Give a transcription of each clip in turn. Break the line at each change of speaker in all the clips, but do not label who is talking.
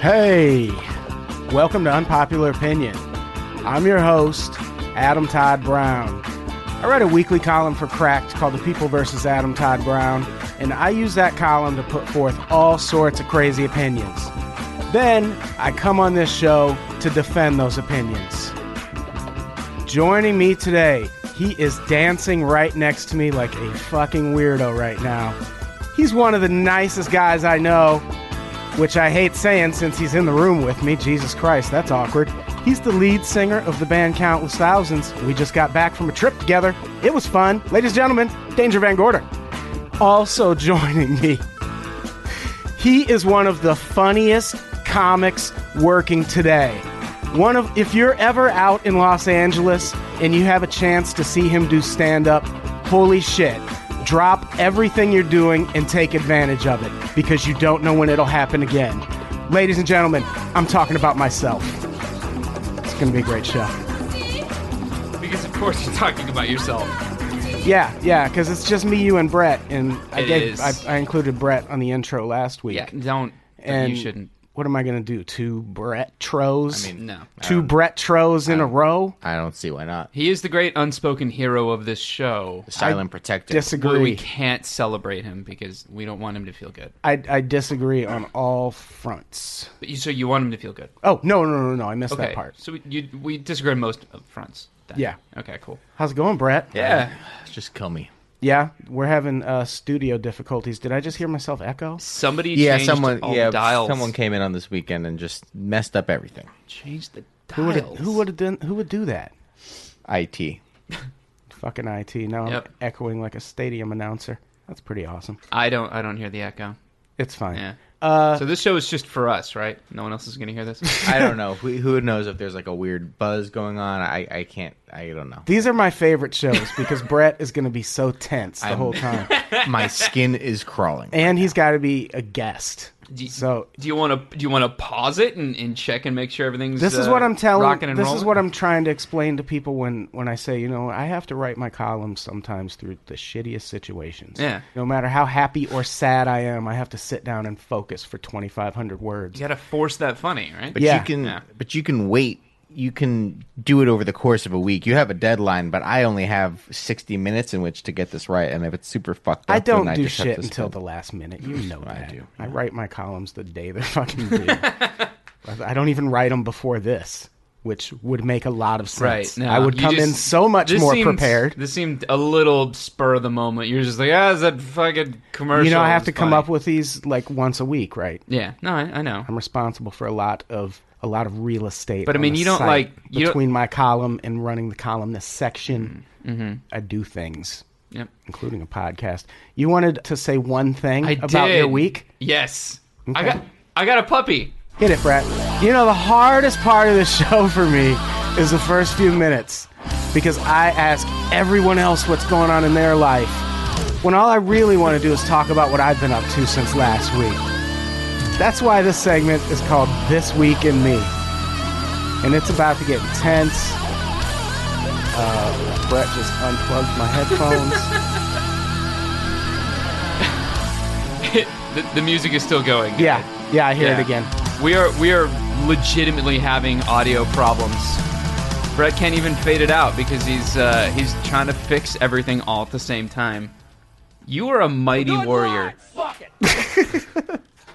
Hey, welcome to Unpopular Opinion. I'm your host, Adam Todd Brown. I write a weekly column for Cracked called The People vs. Adam Todd Brown, and I use that column to put forth all sorts of crazy opinions. Then I come on this show to defend those opinions. Joining me today, he is dancing right next to me like a fucking weirdo right now. He's one of the nicest guys I know, which I hate saying since he's in the room with me. Jesus Christ, that's awkward. He's the lead singer of the band Countless Thousands. We just got back from a trip together. It was fun. Ladies and gentlemen, Danger Van Gorder. Also joining me, he is one of the funniest comics working today. One of if you're ever out in Los Angeles and you have a chance to see him do stand up, holy shit. Drop everything you're doing and take advantage of it because you don't know when it'll happen again. Ladies and gentlemen, I'm talking about myself. It's going to be a great show.
Because of course you're talking about yourself.
Yeah, yeah, cuz it's just me, you and Brett and I
It
gave
is.
I, I included Brett on the intro last week.
Yeah, don't.
And
you shouldn't.
What am I going to do? Two Brett tros?
I mean, no.
two Brett tros in a row?
I don't see why not.
He is the great unspoken hero of this show.
The silent protector.
But we
Disagree.
can't celebrate him because we don't want him to feel good.
I, I disagree on all fronts.
But you, so you want him to feel good.
Oh no no no no! I missed
Okay.
that part.
So we, you, we disagree on most of the fronts. then.
Yeah.
Okay, cool.
How's it going, Brett?
Yeah.
Just kill me.
Yeah, we're having uh, studio difficulties. Did I just hear myself echo?
Somebody
Yeah,
changed
someone.
all
yeah,
the dials.
someone came in on this weekend and just messed up everything.
changed the
Who would
dials.
who would have done? Who would do that?
It.
Fucking it! Now
Yep.
I'm echoing like a stadium announcer. That's pretty awesome.
I don't. I don't hear the echo.
It's fine.
Yeah.
Uh,
so this show is just for us, right? No one else is going to hear this.
I don't know. Who, who knows if there's like a weird buzz going on? I, I can't. I don't know.
These are my favorite shows because Brett is going to be so tense the
I'm-
whole time,
My skin is crawling.
and he's got to be a guest.
Do you-
So
Do you want to? Do you want to pause it and, and check and make sure everything's?
This is
uh,
what I'm telling.
Rocking
This
and
is
rolling?
what I'm trying to explain to people when when I say, you know, I have to write my columns sometimes through the shittiest situations.
Yeah.
No matter how happy or sad I am, I have to sit down and focus for 2,500 words.
You gotta force that funny, right?
But
Yeah.
you can.
Yeah.
But you can wait. You can do it over the course of a week. You have a deadline, but I only have sixty minutes in which to get this right. And if it's super fucked up,
I don't
then
do
just have
shit
to
until
spend-
the last minute. You know
I
that.
do.
I write my columns the day they're fucking due. I don't even write them before this, which would make a lot of sense.
right. no,
I would
you
come in
just-
so much
this
more
seems-
prepared.
This seemed a little spur of the moment. You're just like, ah, it's that fucking commercial.
You know, I have
It's
to come
funny."
up with these like once a week, right?
Yeah. No, I, I know.
I'm responsible for a lot of a lot of real estate.
But, I
on
mean,
the
you don't,
site.
like- you don't-
between my column and running the columnist section.
Mm-hmm.
I do things,
Yep.
including a podcast. You wanted to say one thing
I
about
did.
your week.
Yes. I
Okay.
got. I got a puppy.
Hit it, Brett. You know, the hardest part of the show for me is the first few minutes because I ask everyone else what's going on in their life when all I really want to do is talk about what I've been up to since last week. That's why this segment is called This Week in Me. And it's about to get intense. Uh, Brett just unplugged my headphones.
the, the music is still going.
yeah, yeah, I hear it
Yeah.
again.
We are we are legitimately having audio problems. Brett can't even fade it out because he's uh, he's trying to fix everything all at the same time. You are a mighty warrior.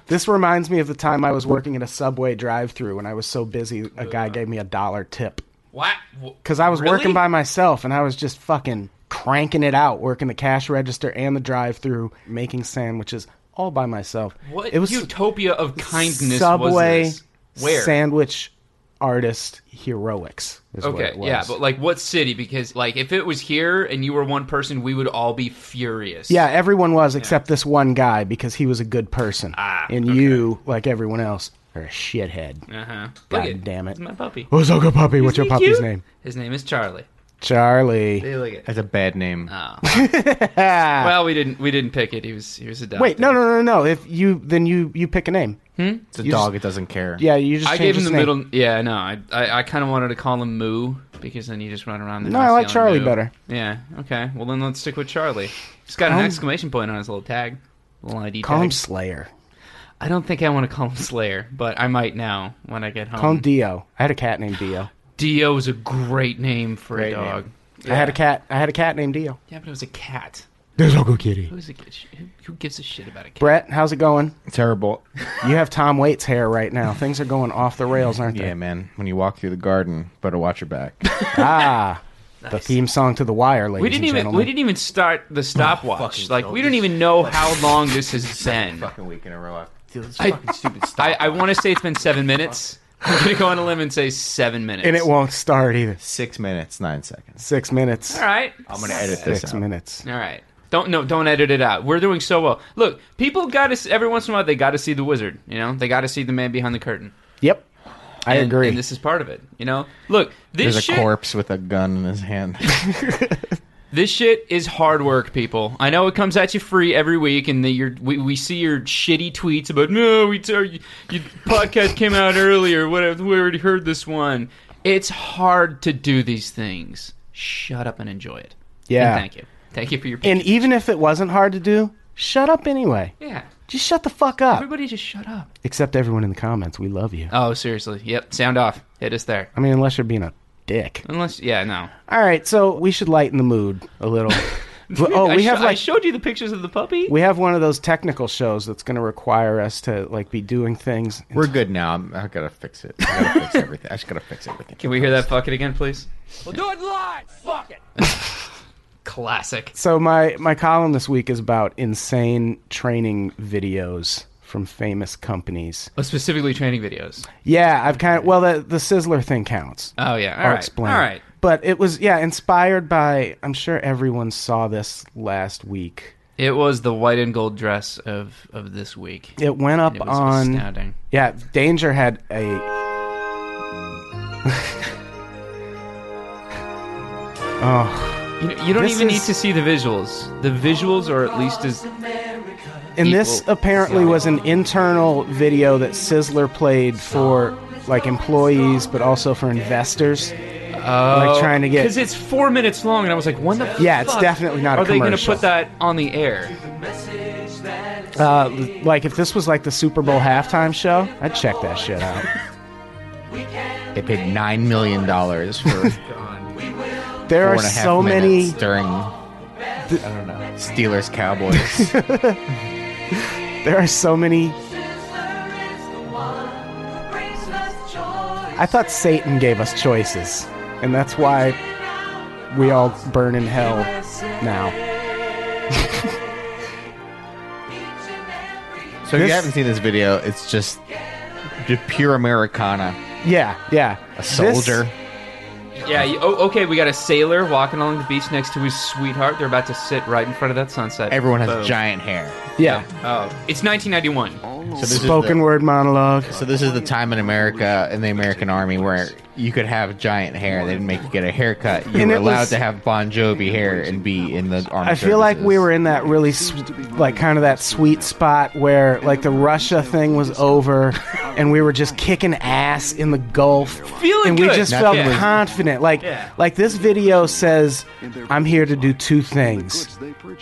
This reminds me of the time I was working at a subway drive-through when I was so busy a guy gave me a dollar tip
What?
cuz I was
Really?
working by myself and I was just fucking cranking it out working the cash register and the drive-through making sandwiches all by myself.
What
It was
utopia of kindness
subway
was this? Where?
sandwich artist heroics. Is what
Okay,
it was.
yeah, but like what city? Because like if it was here and you were one person, we would all be furious.
Yeah, everyone was except this one guy because he was a good person,
Ah,
and you, like everyone else, are a shithead.
Uh huh.
God damn it.
It's my puppy.
What's your good puppy? What's your
Isn't he
puppy's
cute?
name?
His name is Charlie.
Charlie.
look at.
That's a bad name.
Ah.
Well, we didn't. We didn't pick it. He was. He was adopted.
Wait, no, no, no, no. If you then you you pick a name.
it's a dog. it doesn't care.
Yeah, you just
I
change
gave him
his
the
name.
middle. Yeah, no. I I, I kind of wanted to call him Moo because then you just run around. The
No,
house
I like
yelling
Charlie
Moo.
better. Um,
Yeah. Okay. Well, then let's stick with Charlie. He's got an exclamation point on his little tag. Little ID
Call him
tag.
Slayer.
I don't think I want to call him Slayer, but I might now when I get home.
Call him Dio. I had a cat named Dio.
Dio is a great name for a
Great
dog.
name.
I had a cat. I had a cat named Dio.
Yeah, but it was a cat.
There's Uncle Kitty.
Who, is a, who- who gives a shit about a cat?
Brett, how's it going?
Terrible.
You have Tom Waits hair right now. Things are going off the rails, aren't they?
Yeah, man. When you walk through the garden, better watch your back.
Ah, the theme song to The Wire, ladies
we didn't
and
even
gentlemen.
we didn't even start the stopwatch.
fucking
like
hell,
we don't
this-
even know how long this has been.
fucking week in a row. This
I-
fucking stupid stuff.
I, I want to say it's been seven minutes. I'm gonna go on a limb and say seven minutes.
and it won't start either.
Six minutes, nine seconds.
Six minutes.
All right.
I'm gonna edit this
Six
out.
minutes.
All right. Don't no. Don't edit it out. We're doing so well. Look, people got to s- every once in a while. They got to see the wizard. You know, they got to see the man behind the curtain.
Yep, I
And-
agree.
And this is part of it. You know, look. This
There's a
shit,
corpse with a gun in his hand.
This shit is hard work, people. I know it comes at you free every week, and the, your, we, we see your shitty tweets about no, we t- our, your podcast came out earlier. What we already heard this one. It's hard to do these things. Shut up and enjoy it.
Yeah.
And thank you. Thank you for your.
and even if it wasn't hard to do, shut up anyway.
yeah.
Just shut the fuck up.
Everybody just shut up.
Except everyone in the comments, we love you.
Oh, seriously. Yep. Sound off. Hit us there.
I mean, unless you're being a dick.
Unless, yeah, no.
All right, so we should lighten the mood a little. oh,
I
we
sho-
have
I
like
showed you the pictures of the puppy.
we have one of those technical shows that's going to require us to like be doing things.
We're good now. I'm, I gotta fix it. I gotta fix everything. I just gotta fix everything.
Can we hear that fuck it again, please? We'll do it live. Fuck it. Classic.
So my my column this week is about insane training videos from famous companies.
Oh, specifically training videos.
Yeah, I've kind of well the the Sizzler thing counts.
Oh yeah. All
I'll
right.
explain.
All right.
But it was yeah, inspired by I'm sure everyone saw this last week.
It was the white and gold dress of of this week.
It went up
It was
on
astounding.
Yeah, Danger had a Oh,
You, you don't
This
even
is-
need to see the visuals. The visuals are at least as
and this
Equal
apparently was an internal video that Sizzler played for like employees, but also for investors.
Oh.
like trying to
because
get.
it's four minutes long, and I was like, when the
Yeah, it's
fuck
definitely not a
Are they gonna
commercial.
put that on the air?
Uh, like if this was like the Super Bowl halftime show, I'd check that shit out.
They paid nine million dollars for four
There are
and a half
so many.
minutes during. I don't know. Steelers Cowboys.
There are so many. I thought Satan gave us choices, and that's why we all burn in hell now.
so if
This-
you haven't seen this video, it's just the pure Americana.
Yeah, yeah.
A soldier.
Yeah. You, oh, okay. We got a sailor walking along the beach next to his sweetheart. They're about to sit right in front of that sunset.
Everyone has
Boom.
giant hair.
yeah.
Oh, it's 1991.
So this
Spoken
is
word monologue.
the, So this is the time in America in the American Army where you could have giant hair. They didn't make you get a haircut. You
And
were
it
allowed
was-
to have Bon Jovi hair and be in the army.
I feel like we were in that really, s like, kind of that sweet spot where, like, the Russia thing was over, and we were just kicking ass in the Gulf,
Feeling
and we
good.
just
Nothing
felt
was-
confident. Like,
Yeah.
like this video says, "I'm here to do two things: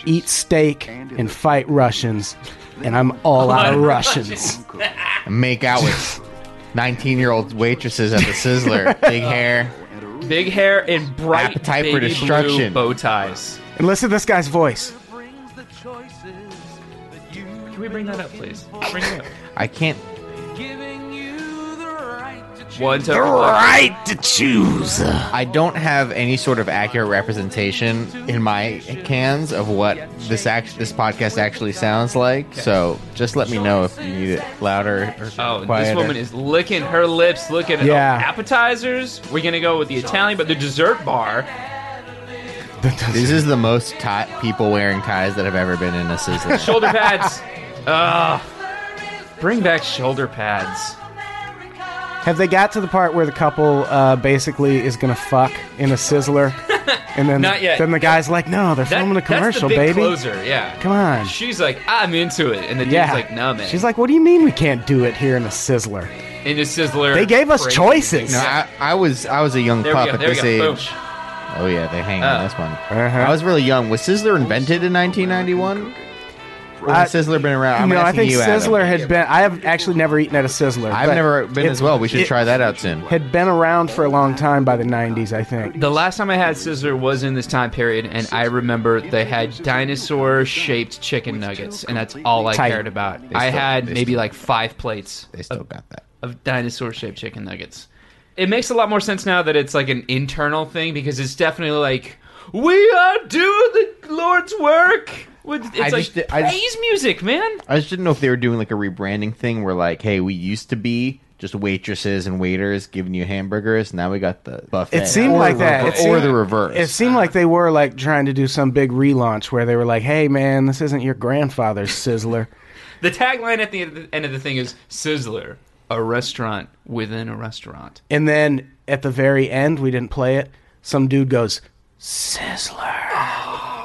eat steak and fight Russians." And I'm all out of Russians.
make out with nineteen-year-old waitresses at the Sizzler. Big hair.
Big hair and bright
Appetite for
baby blue
destruction.
bow ties.
And listen to this guy's voice.
Can we bring that up, please? Bring it up.
I can't.
One
The
to
right to choose.
I don't have any sort of accurate representation in my cans of what this act- this podcast actually sounds like. So just let me know if you need it louder or
Oh,
quieter.
this woman is licking her lips, looking at
Yeah.
appetizers. We're gonna go with the Italian, but the dessert bar.
This is the most tie- people wearing ties that have ever been in a sizzler.
Shoulder pads. Ugh. Bring back shoulder pads.
Have they got to the part where the couple uh, basically is gonna fuck in a sizzler, and then
Not yet.
then the guy's like, "No, they're
That-
filming a
that's the
commercial,
big
baby."
closer, yeah.
Come on.
She's like, I'm into it, and the dude's
Yeah,
like, No, man.
She's like, "What do you mean we can't do it here in a sizzler?"
into Sizzler.
They gave us
Crazy.
choices.
No, I, I was I was a young
There we
pup
go.
at
There we
this
go. Boom.
age. Oh yeah, they hang on
Uh.
this one.
Uh-huh.
I was really young. Was Sizzler invented in 1991? Or has
I-
Sizzler been around? I'm
no, I
asking
think
you, Adam.
Sizzler had been. I have actually never eaten at a Sizzler.
I've
but
never been
it-
as well. We should
it
try that out soon.
Had been around for a long time by the '90s, I think.
The last time I had Sizzler was in this time period, and I remember they had dinosaur-shaped chicken nuggets, and that's all I
Tight.
cared about.
They
I
still-
had
they
maybe
still-
like five plates
They still got that.
of dinosaur-shaped chicken nuggets. It makes a lot more sense now that it's like an internal thing because it's definitely like we are doing the Lord's work. With- It's like
just did- I just-
praise music, man.
I just didn't know if they were doing like a rebranding thing where like, hey, we used to be just waitresses and waiters giving you hamburgers. Now we got the buffet.
It seemed
Or
like
the
that.
rever-
It seemed-
or the reverse.
It seemed like they were like trying to do some big relaunch where they were like, "Hey, man, this isn't your grandfather's Sizzler."
The tagline at the end of the- end of the thing is Sizzler, a restaurant within a restaurant.
And then at the very end, we didn't play it. Some dude goes, Sizzler.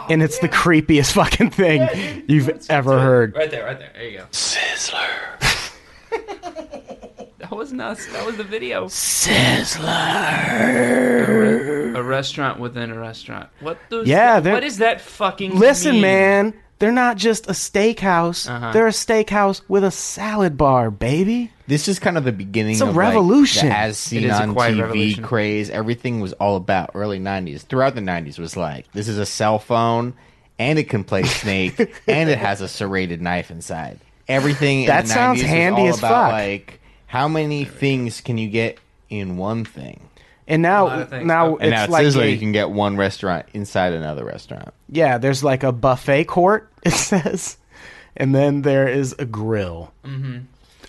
And it's the creepiest fucking thing you've ever heard.
Right there, right there. There you go. Sizzler. that was not. That was the video. Sizzler. A restaurant within a restaurant. What does?
Yeah,
That,
they're-
what does that fucking?
Listen,
mean?
man, they're not just a steakhouse, they're a steakhouse with a salad bar, baby.
this is kind of the beginning
a
of like,
revolution.
the as
It
seen
is a
on
quiet
TV
revolution.
craze. Everything was all about early '90s. Throughout the '90s was like, this is a cell phone, and it can play Snake, and it has a serrated knife inside. Everything
That
in the
sounds
90s was
handy
all
as
about,
fuck.
Like, how many things can you get in one thing?
And
lot
now,
of things.
now
And
it's
now it's
like,
Sizzler,
a-
you can get one restaurant inside another restaurant.
yeah, there's like a buffet court, it says. And then there is a grill. Mm-hmm.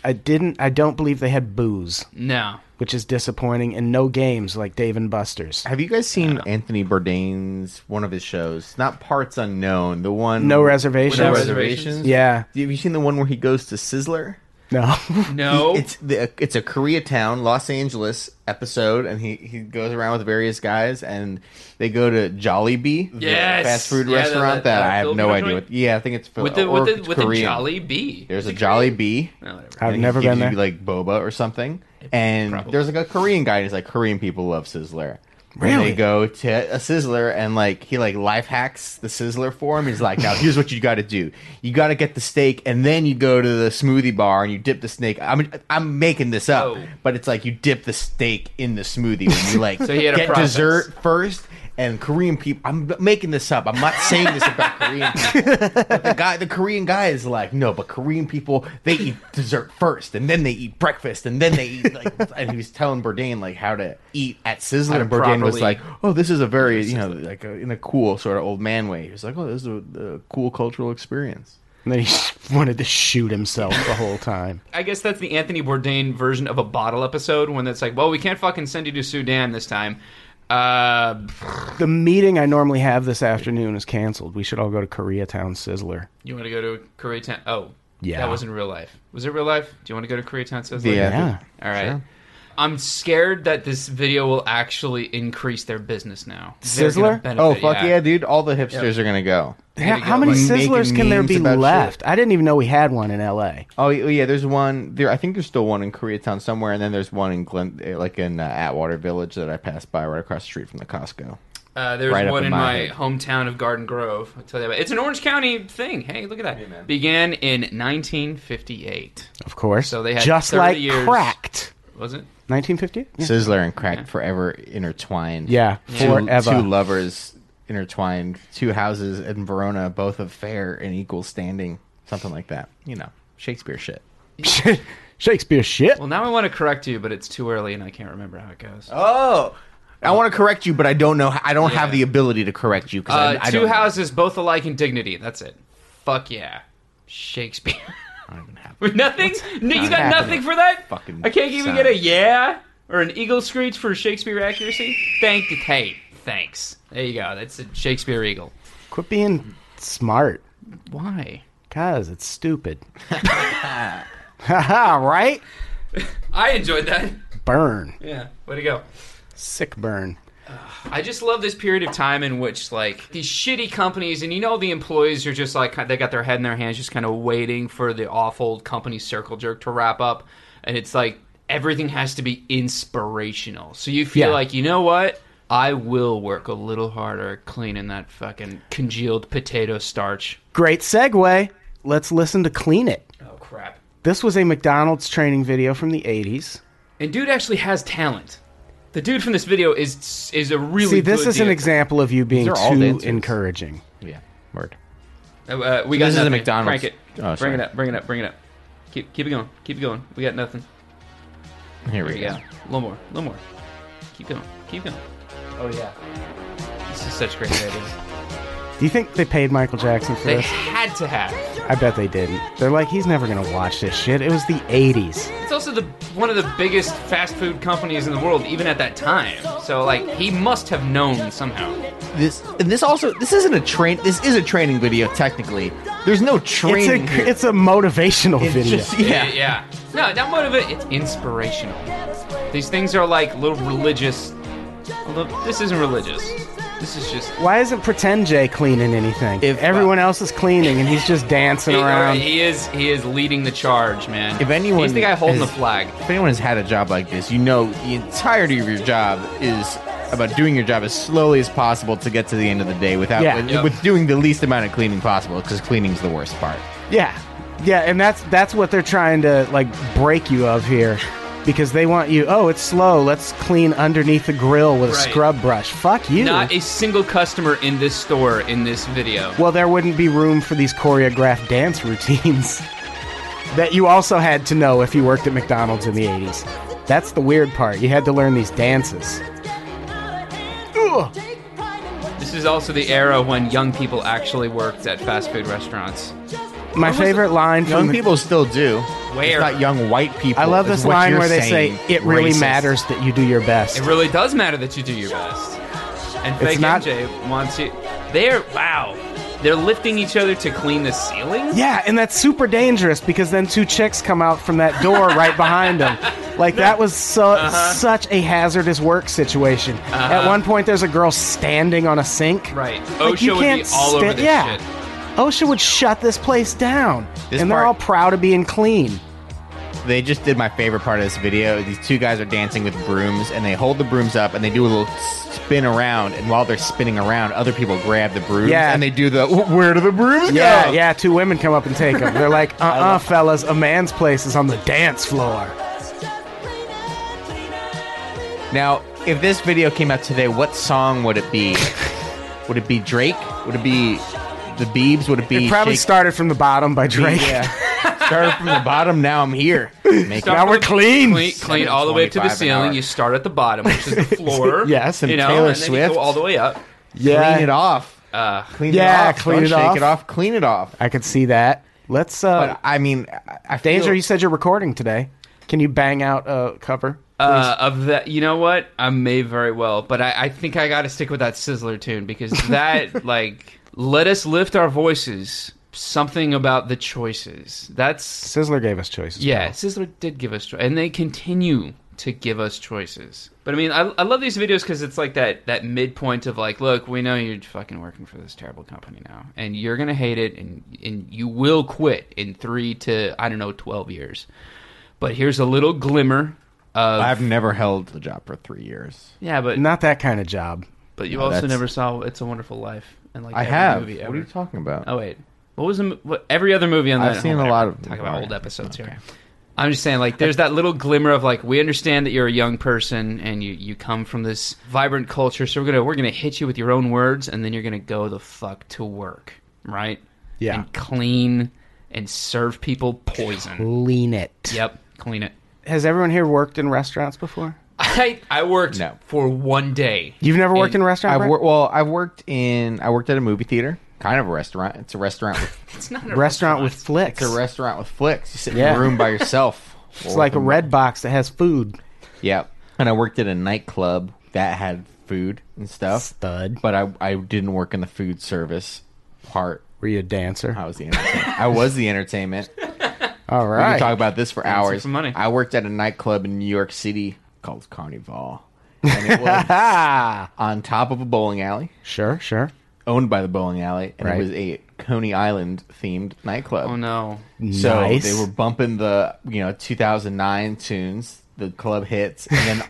I didn't, I don't believe they had booze,
No.
which is disappointing, and no games like Dave and Buster's.
Have you guys seen Anthony Bourdain's one of his shows? Not Parts Unknown, the one
No reservations.
No
No
reservations.
Reservations?
Yeah.
Have you seen the one where he goes to Sizzler?
No.
No.
It's the it's a Koreatown, Los Angeles episode, and he, he goes around with various guys, and they go to Jollibee, the
Yes!
fast food
Yeah,
restaurant
the- the-
that
the
I have no
Filipino
idea.
joint?
What, yeah, I think it's Fili-
with the
or
with
it's
the with the
Korean.
Jolly Bee.
There's a Jollibee.
No, whatever.
I've
and he
never
gives
been there.
You like boba or something, and
Probably.
there's like a Korean guy. And he's like, Korean people love Sizzler. And
Really?
they go to a Sizzler and like he like life hacks the Sizzler for him. He's like, now here's what you got to do. You got to get the steak, and then you go to the smoothie bar and you dip the snake. I'm I'm making this up,
Oh.
but it's like you dip the steak in the smoothie when you like
he had a
get
process.
dessert first. And Korean people, I'm making this up. I'm not saying this about Korean people the guy, the Korean guy, is like, no, but Korean people they eat dessert first, and then they eat breakfast, and then they eat. Like, and he was telling Bourdain like how to eat at Sizzler,
to
and Bourdain was
properly-
like, oh, this is a very you know like a, in a cool sort of old man way. He was like, oh, this is a, a cool cultural experience.
And then he wanted to shoot himself the whole time.
I guess that's the Anthony Bourdain version of a bottle episode when it's like, well, we can't fucking send you to Sudan this time. Uh,
The meeting I normally have this afternoon is canceled. We should all go to Koreatown Sizzler.
you want to go to Koreatown? Oh,
Yeah.
that wasn't real life. Was it real life? Do you want to go to Koreatown? Sizzler?
Yeah.
Yeah.
All right.
Sure.
I'm scared that this video will actually increase their business now. They're
Sizzler?
gonna benefit,
Oh fuck yeah. dude! All the hipsters are gonna go.
How,
go,
how many
like,
Sizzlers
making
can there
memes
be
about
left? I didn't even know we had one in L.A.
Oh y- yeah, there's one there. I think there's still one in Koreatown somewhere, and then there's one in Glen, eh, like in uh, Atwater Village that I passed by right across the street from the Costco.
Uh, there's
Right up
one in
in my
my
head.
hometown of Garden Grove. I'll tell you about it. It's an Orange County thing. Hey, look at that. Began in 1958.
Of course.
So they had
just
30
like
years.
cracked.
Was it?
1950. Yeah.
Sizzler and crack forever intertwined.
Yeah,
Two-
forever.
Two lovers intertwined. Two houses in Verona, both of fair and equal standing. Something like that. You know, Shakespeare shit.
Shakespeare shit.
Well, now I want to correct you, but it's too early and I can't remember how it goes.
Oh, I want to correct you, but I don't know. I don't have
Yeah.
the ability to correct you. 'cause
Uh,
I, I
two
don't know.
houses, both alike in dignity. That's it. Fuck yeah, Shakespeare.
I don't even have
With nothing? No, you got
happening?
nothing for that?
Fucking
I can't even
sound.
get a yeah or an eagle screech for Shakespeare accuracy. Thank you. Hey, thanks. There you go. That's a Shakespeare eagle.
Quit being smart,
Why?
cause it's stupid. Haha, right?
I enjoyed that.
Burn.
Yeah. Way to go.
Sick burn.
I just love this period of time in which, like, these shitty companies, and you know, the employees are just like, they got their head in their hands, just kind of waiting for the awful company circle jerk to wrap up. And it's like, everything has to be inspirational. So you feel
Yeah.
like, you know what? I will work a little harder cleaning that fucking congealed potato starch.
Great segue. Let's listen to Clean It.
Oh, crap.
This was a McDonald's training video from the 80s.
And dude actually has talent. The dude from this video is is a really
See, this
good
is an
dude.
example of you being
These are all
too
dancers.
encouraging.
Yeah, word.
Uh, we got
this is a
nothing.
McDonald's.
Crank it.
Oh,
bring
sorry.
it up. Bring it up. Bring it up. Keep keep it going. Keep it going. We got nothing.
Here we
There you go.
go.
A little more. A little more. Keep going. Keep going. Oh yeah. This is such great ideas.
Do you think they paid Michael Jackson for
they
this?
had to have.
I bet they didn't. They're like, he's never gonna watch this shit. It was the 80s.
It's also the one of the biggest fast food companies in the world, even at that time. So like he must have known somehow.
This and this also this isn't a train. This is a training video technically. There's no
It's
training.
a
here.
it's a motivational video.
just- yeah.
Yeah. No, not motivate. It's inspirational. These things are like little religious. Although this isn't religious. This is just
Why isn't Pretend Jay cleaning anything?
If, uh,
everyone else is cleaning and he's just dancing
He-
around.
He is he is leading the charge, man.
If anyone
he's the guy holding
has-
the flag.
If anyone has had a job like this, you know the entirety of your job is about doing your job as slowly as possible to get to the end of the day without
Yeah.
with,
Yep.
with doing the least amount of cleaning possible because cleaning's the worst part.
yeah, yeah, and that's that's what they're trying to like break you of here, because they want you. Oh, it's slow. Let's clean underneath the grill with a
Right.
scrub brush. Fuck you.
Not e- a single customer in this store in this video.
well, there wouldn't be room for these choreographed dance routines that you also had to know if you worked at McDonald's in the '80s. That's the weird part. You had to learn these dances. Ugh.
This is also the era when young people actually worked at fast food restaurants.
My
was
favorite line from
Young
the,
people still do.
Where?
It's not young white people.
I love
It's
this
what
line
you're
where they
saying,
say, "It really
racist."
matters that you do your best."
It really does matter that you do your best. And
It's
Fake
not-
MJ wants you. They're wow. They're lifting each other to clean the ceiling.
yeah, and that's super dangerous because then two chicks come out from that door right behind them. Like that was so
Uh-huh.
such a hazardous work situation. At one point, there's a girl standing on a sink.
Right.
Like,
OSHA would be all over
sta-
this
yeah.
shit.
OSHA would shut this place down,
This
and they're
part-
all proud of being clean.
They just did my favorite part of this video. These two guys are dancing with brooms, and they hold the brooms up, and they do a little spin around. And while they're spinning around, other people grab the brooms,
Yeah.
and they do the "Where do the brooms
Yeah,
go?"
yeah. Two women come up and take them. They're like, "Uh, uh fellas, a man's place is on the dance floor."
Now, if this video came out today, what song would it be? would it be Drake? Would it be the Beebs? Would it be
It probably
Shake-
started from the bottom by Drake.
Yeah. Started from the bottom. Now I'm here. Make
Start
Now
from
we're
the-
clean.
clean, clean all the way up to the
25 an hour.
ceiling. You start at the bottom, which is the floor.
Yes,
and
you know,
Taylor
and then You
Swift.
go all the way up.
clean it off.
Uh,
Clean
Yeah,
it off.
clean
Don't
it
shake
off.
it off. Clean it off.
I could see that. Let's. uh
But I mean, I- I feel,
Danger, you said you're recording today. Can you bang out a cover?
Uh, of that, you know what? I may very well, but I, I think I got to stick with that Sizzler tune because that, like, let us lift our voices. Something about the choices. That's
Sizzler gave us choices.
yeah. Sizzler did give us, cho- and they continue to give us choices. But I mean, I, I love these videos because it's like that that midpoint of like, look, we know you're fucking working for this terrible company now, and you're gonna hate it, and and you will quit in three to I don't know twelve years. But here's a little glimmer. Of,
I've never held the job for three years.
yeah, but
Not that kind of job.
But you
No,
also
that's-
never saw It's a Wonderful Life and like
I
every
have.
Movie
What
ever.
are you talking about?
Oh wait, what was the, mo- what, every other movie on that?
I've seen
oh,
a
whatever.
lot of-
talk about
alright.
old episodes here. I'm just saying, like, there's that little glimmer of like, we understand that you're a young person and you you come from this vibrant culture, so we're gonna we're gonna hit you with your own words, and then you're gonna go the fuck to work, right?
Yeah.
and clean and serve people poison.
Lean it.
Yep. clean it.
Has everyone here worked in restaurants before?
I I worked
No.
for one day.
You've never worked in
In-
a restaurant?
I've
Brett?
wor- well, I've worked in I worked at a movie theater, kind of a restaurant. It's a restaurant. With,
It's not a
restaurant with flicks.
it's a restaurant with flicks. You sit
Yeah.
in a room by yourself.
It's like a red box that has food.
Yeah, and I worked at a nightclub that had food and stuff.
Stud.
But I I didn't work in the food service part.
Were you a dancer?
I was the entertainment. I was the entertainment.
All
We
right.
can talk about this for hours.
some money.
I worked at a nightclub in New York City called Carnival, and it was on top of a bowling alley,
sure, sure.
owned by the bowling alley, and
Right.
it was a Coney Island themed nightclub.
Oh no.
So
Nice.
they were bumping the you know 2009 tunes, the club hits, and then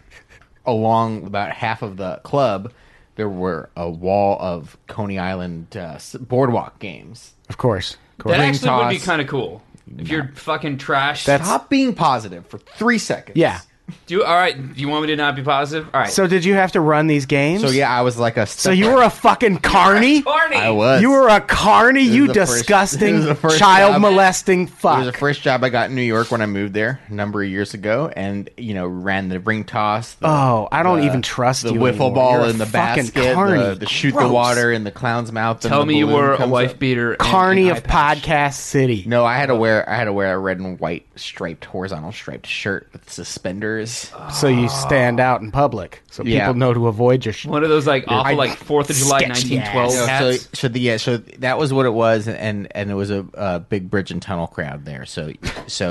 along about half of the club, there were a wall of Coney Island uh, s- boardwalk games.
Of course. Of course.
That actually would be
toss.
kind of cool. If you're fucking trash,
That's-
Stop being positive for three seconds.
yeah.
do you- all right. Do you want me to not be positive? All right.
So did you have to run these games?
So yeah, I was like a.
So you were a fucking carny?
Barney,
I was.
You were a carny,
This
you
is the first-
disgusting
this is the first
child
job.
molesting fuck.
It was the first job I got in New York when I moved there a number of years ago, and you know ran the ring toss. The,
Oh, I don't
the-
even trust
the
you
wiffle
anymore.
ball
You're a
in the
fucking
basket,
carny.
the, the shoot
Gross.
the water in the clown's mouth. and
Tell
the
me you
balloon
were a
comes
wife
up.
beater. and-
carny
and
of
eye patch.
podcast city.
No, I had to wear I had to wear a red and white striped horizontal striped shirt with suspenders.
So you stand out in public, so
Yeah.
people know to avoid your shit.
One of those like awful
I-
like Fourth of July,
Sketchy
nineteen
ass.
twelve
No, so,
hats.
so the yeah, so that was what it was, and and it was a, a big bridge and tunnel crowd there. So so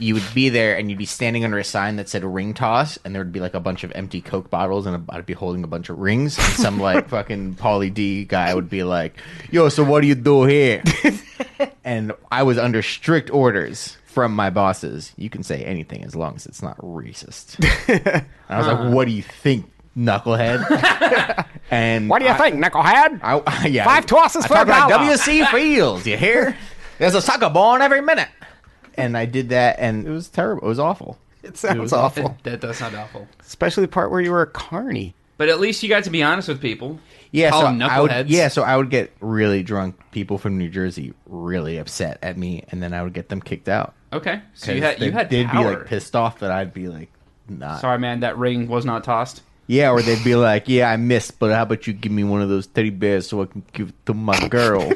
you would be there, and you'd be standing under a sign that said "ring toss," and there would be like a bunch of empty Coke bottles, and i I'd be holding a bunch of rings, and some like fucking Pauly D guy would be like, "Yo, so what do you do here?" and I was under strict orders. From my bosses, you can say anything as long as it's not racist. And I was like, "What do you think, knucklehead?" and
What do you
I-
think, knucklehead?
I, yeah,
Five tosses
I
for a
talk about
dollar.
WC Fields. You hear? There's a soccer ball on every minute. And I did that, and it was terrible. It was awful.
it sounds
was awful.
awful,
That, that does sound awful.
especially the part where you were a carny.
But at least you got to be honest with people.
Yeah,
Call
so
them
I
knuckleheads.
would, yeah, so I would get really drunk people from New Jersey really upset at me, and then I would get them kicked out.
Okay. So
'Cause
you had
they
you had
they'd
power.
be like pissed off that I'd be like not.
Sorry, man. That ring was not tossed.
Yeah, or they'd be like, "Yeah, I missed, but how about you give me one of those teddy bears so I can give it to my girl?"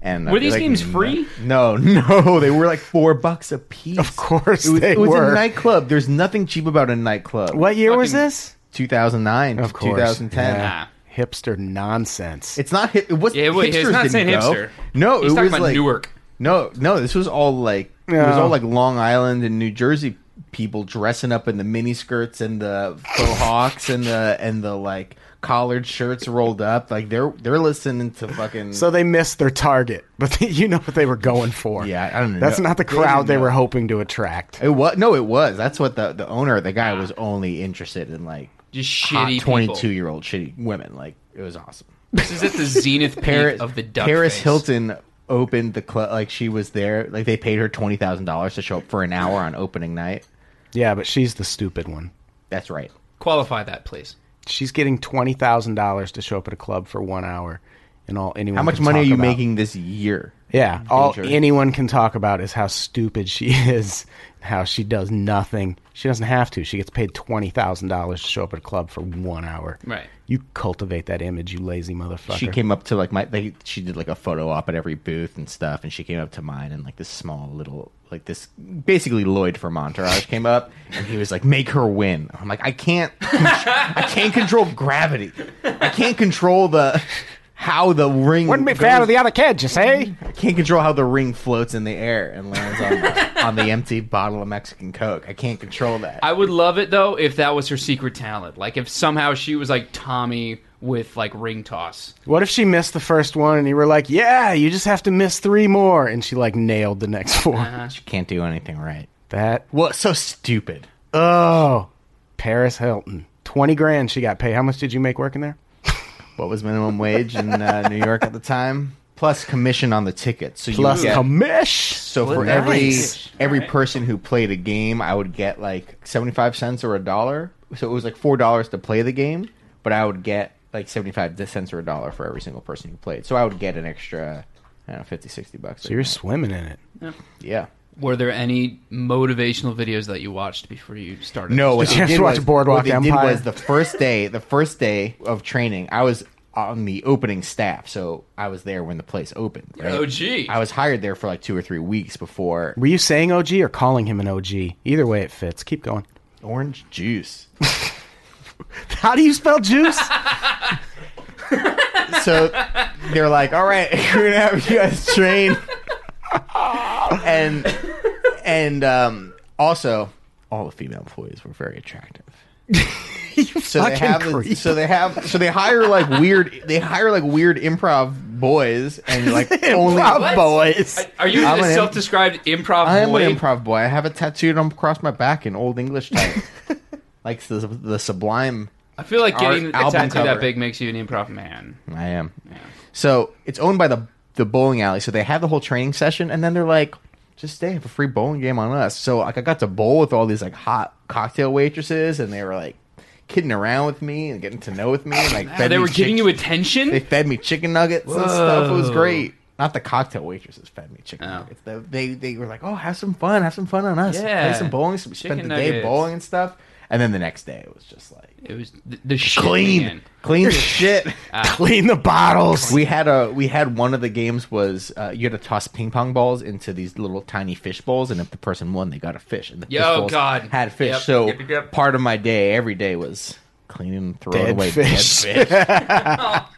And I'd
Were
be
these
like,
games
"No."
free?
No, no, they were like four bucks a piece.
Of course
it was,
they
it was
were.
a nightclub. There's nothing cheap about a nightclub.
What year was
Fucking-
this?
2009 to
Of course,
2010.
yeah. hipster nonsense.
It's not hip. It was
Yeah, it wa- he's
hipsters
not
didn't
saying
go.
hipster.
No,
He's
it
talking
was
about
like
Newark.
No, no, this was all like it was
No.
all like Long Island and New Jersey people dressing up in the mini skirts and the faux hawks and the and the like collared shirts rolled up. Like they're they're listening to fucking
so they missed their target, but you know what they were going for.
Yeah, I don't know.
That's not the
They didn't
crowd they,
know.
were hoping to attract.
it was no, it was. That's what the the owner, the guy, was only interested in like
Just
hot
shitty
twenty two
people.
year old shitty women. Like it was awesome.
This is at the zenith peak
Paris
of the duck
Paris
face.
Hilton opened the club. Like she was there. Like they paid her twenty thousand dollars to show up for an hour on opening night.
Yeah, but she's the stupid one.
That's right.
Qualify that, please.
She's getting twenty thousand dollars to show up at a club for one hour, and all anyone.
How much
can
money are
talk
you
about-
making this year?
Yeah, all
Danger.
anyone can talk about is how stupid she is, how she does nothing. She doesn't have to. She gets paid twenty thousand dollars to show up at a club for one hour.
Right.
You cultivate that image, you lazy motherfucker.
She came up to like my. They, she did like a photo op at every booth and stuff, and she came up to mine and like this small little like this basically Lloyd from Entourage came up and he was like, "Make her win." I'm like, I can't, I can't control gravity. I can't control the how the ring
Wouldn't be
goes
fair to the other kids, you say?
can't control how the ring floats in the air and lands on, on the empty bottle of Mexican Coke. I can't control that.
I would love it though if that was her secret talent. Like if somehow she was like Tommy with like ring toss.
What if she missed the first one and you were like, "Yeah, you just have to miss three more," and she like nailed the next 4
she can't do anything right.
That
Well, so stupid.
oh, Paris Hilton, twenty grand she got paid. How much did you make working there?
What was minimum wage in uh, New York at the time? Plus commission on the ticket. So
Plus
you would get,
commish.
so for
Nice.
every
Nice.
every person who played a game, I would get like seventy five cents or a dollar. So it was like four dollars to play the game, but I would get like seventy five cents or a dollar for every single person who played. So I would get an extra, I don't know, 50, 60 bucks.
So you're swimming in it.
yeah.
Were there any motivational videos that you watched before you started?
No, what
Just
they
have to
did
watch
was,
Boardwalk
what they
Empire.
did was the first day, the first day of training, I was on the opening staff, so I was there when the place opened. Right?
Oh, gee.
I was hired there for like two or three weeks before
Were you saying OG or calling him an OG? Either way, it fits. Keep going.
orange juice.
How do you spell juice?
so they're like, "All right, we're gonna have you guys train," and and um, also all the female employees were very attractive. so they
fucking
have
creep.
so they have so they hire like weird they hire like weird improv boys and like only
Improv
boys.
Are you
I'm
a
an im-
self-described improv
I am
boy?
an improv boy. I have it tattooed on across my back in old English type, like the, the Sublime
I feel like
Our
getting a
album
tattoo that
cover.
big makes you an improv man.
I am. So it's owned by the the bowling alley. So they have the whole training session, and then they're like, "Just stay, have a free bowling game on us." So like, I got to bowl with all these like hot cocktail waitresses, and they were like kidding around with me and getting to know with me. And, like,
they
me
were giving
chick-
you attention.
They fed me chicken nuggets and stuff. It was
Whoa.
great. Not the cocktail waitresses fed me chicken
Oh.
nuggets. They, they they were like, "Oh, have some fun, have some fun on us.
Yeah.
Play some bowling." So we spent
Chicken
the day
nuggets.
bowling and stuff, and then the next day it was just like
it was th- the shit
clean,
man.
clean as shit.
Clean the bottles.
We had a we had one of the games was uh, you had to toss ping pong balls into these little tiny fish bowls, and if the person won, they got a fish. And the
Yo,
fish bowls
God.
had fish.
Yep,
So
yep, yep.
part of my day, every day was cleaning, throwing
Dead
away
fish. Oh.
dead fish.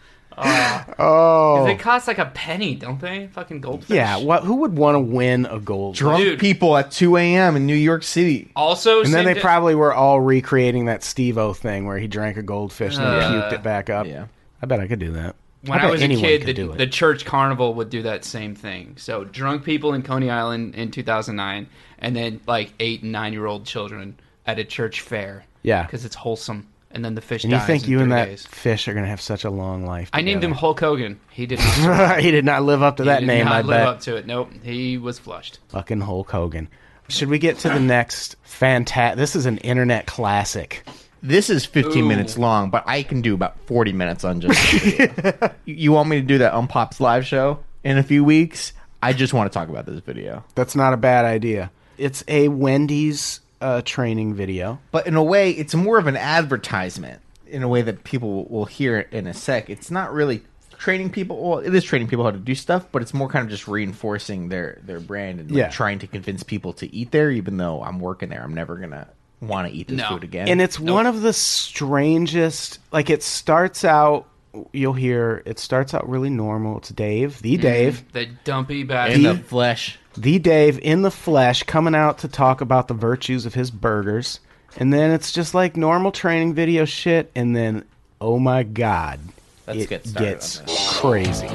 Oh.
They cost like a penny, don't they? Fucking goldfish.
Yeah, what? Who would want to win a gold?
Drunk
Dude.
people at two a.m. in New York City.
Also,
And then
same
they
di-
probably were all recreating that Steve O thing where he drank a goldfish and then puked it back up.
yeah.
I bet I could do that.
when I,
bet
was a
anyone
kid,
could
the,
do it.
the church carnival would do that same thing. So drunk people in Coney Island in 2009, and then like eight and nine year old children at a church fair.
Yeah.
because it's wholesome. And then the fish.
and you
dies
think
in
you
three
and that
days.
fish are going to have such a long life?
I named him
together.
Hulk Hogan. He did not. survive.
he did not live up to that
he did
name.
Not
I
live
bet.
up to it. Nope. He was flushed.
Fucking Hulk Hogan. Should we get to the next fantastic? This is an internet classic.
This is fifteen
Ooh.
minutes long, but I can do about forty minutes on just. this video. you you want me to do that Unpops live show in a few weeks? I just want to talk about this video.
That's not a bad idea. It's a Wendy's uh, training video.
but in a way it's more of an advertisement in a way that people will hear it in a sec it's not really training people well it is training people how to do stuff but it's more kind of just reinforcing their their brand and like,
Yeah.
trying to convince people to eat there even though i'm working there i'm never gonna want to eat this
No.
food again
And it's one of the strangest. Like it starts out, you'll hear it starts out really normal. It's Dave, the
Mm-hmm.
Dave,
That dumpy bastard.
in the flesh
the Dave in the flesh, coming out to talk about the virtues of his burgers. And then it's just like normal training video shit. And then, oh my god,
Let's
it
get started on
gets crazy.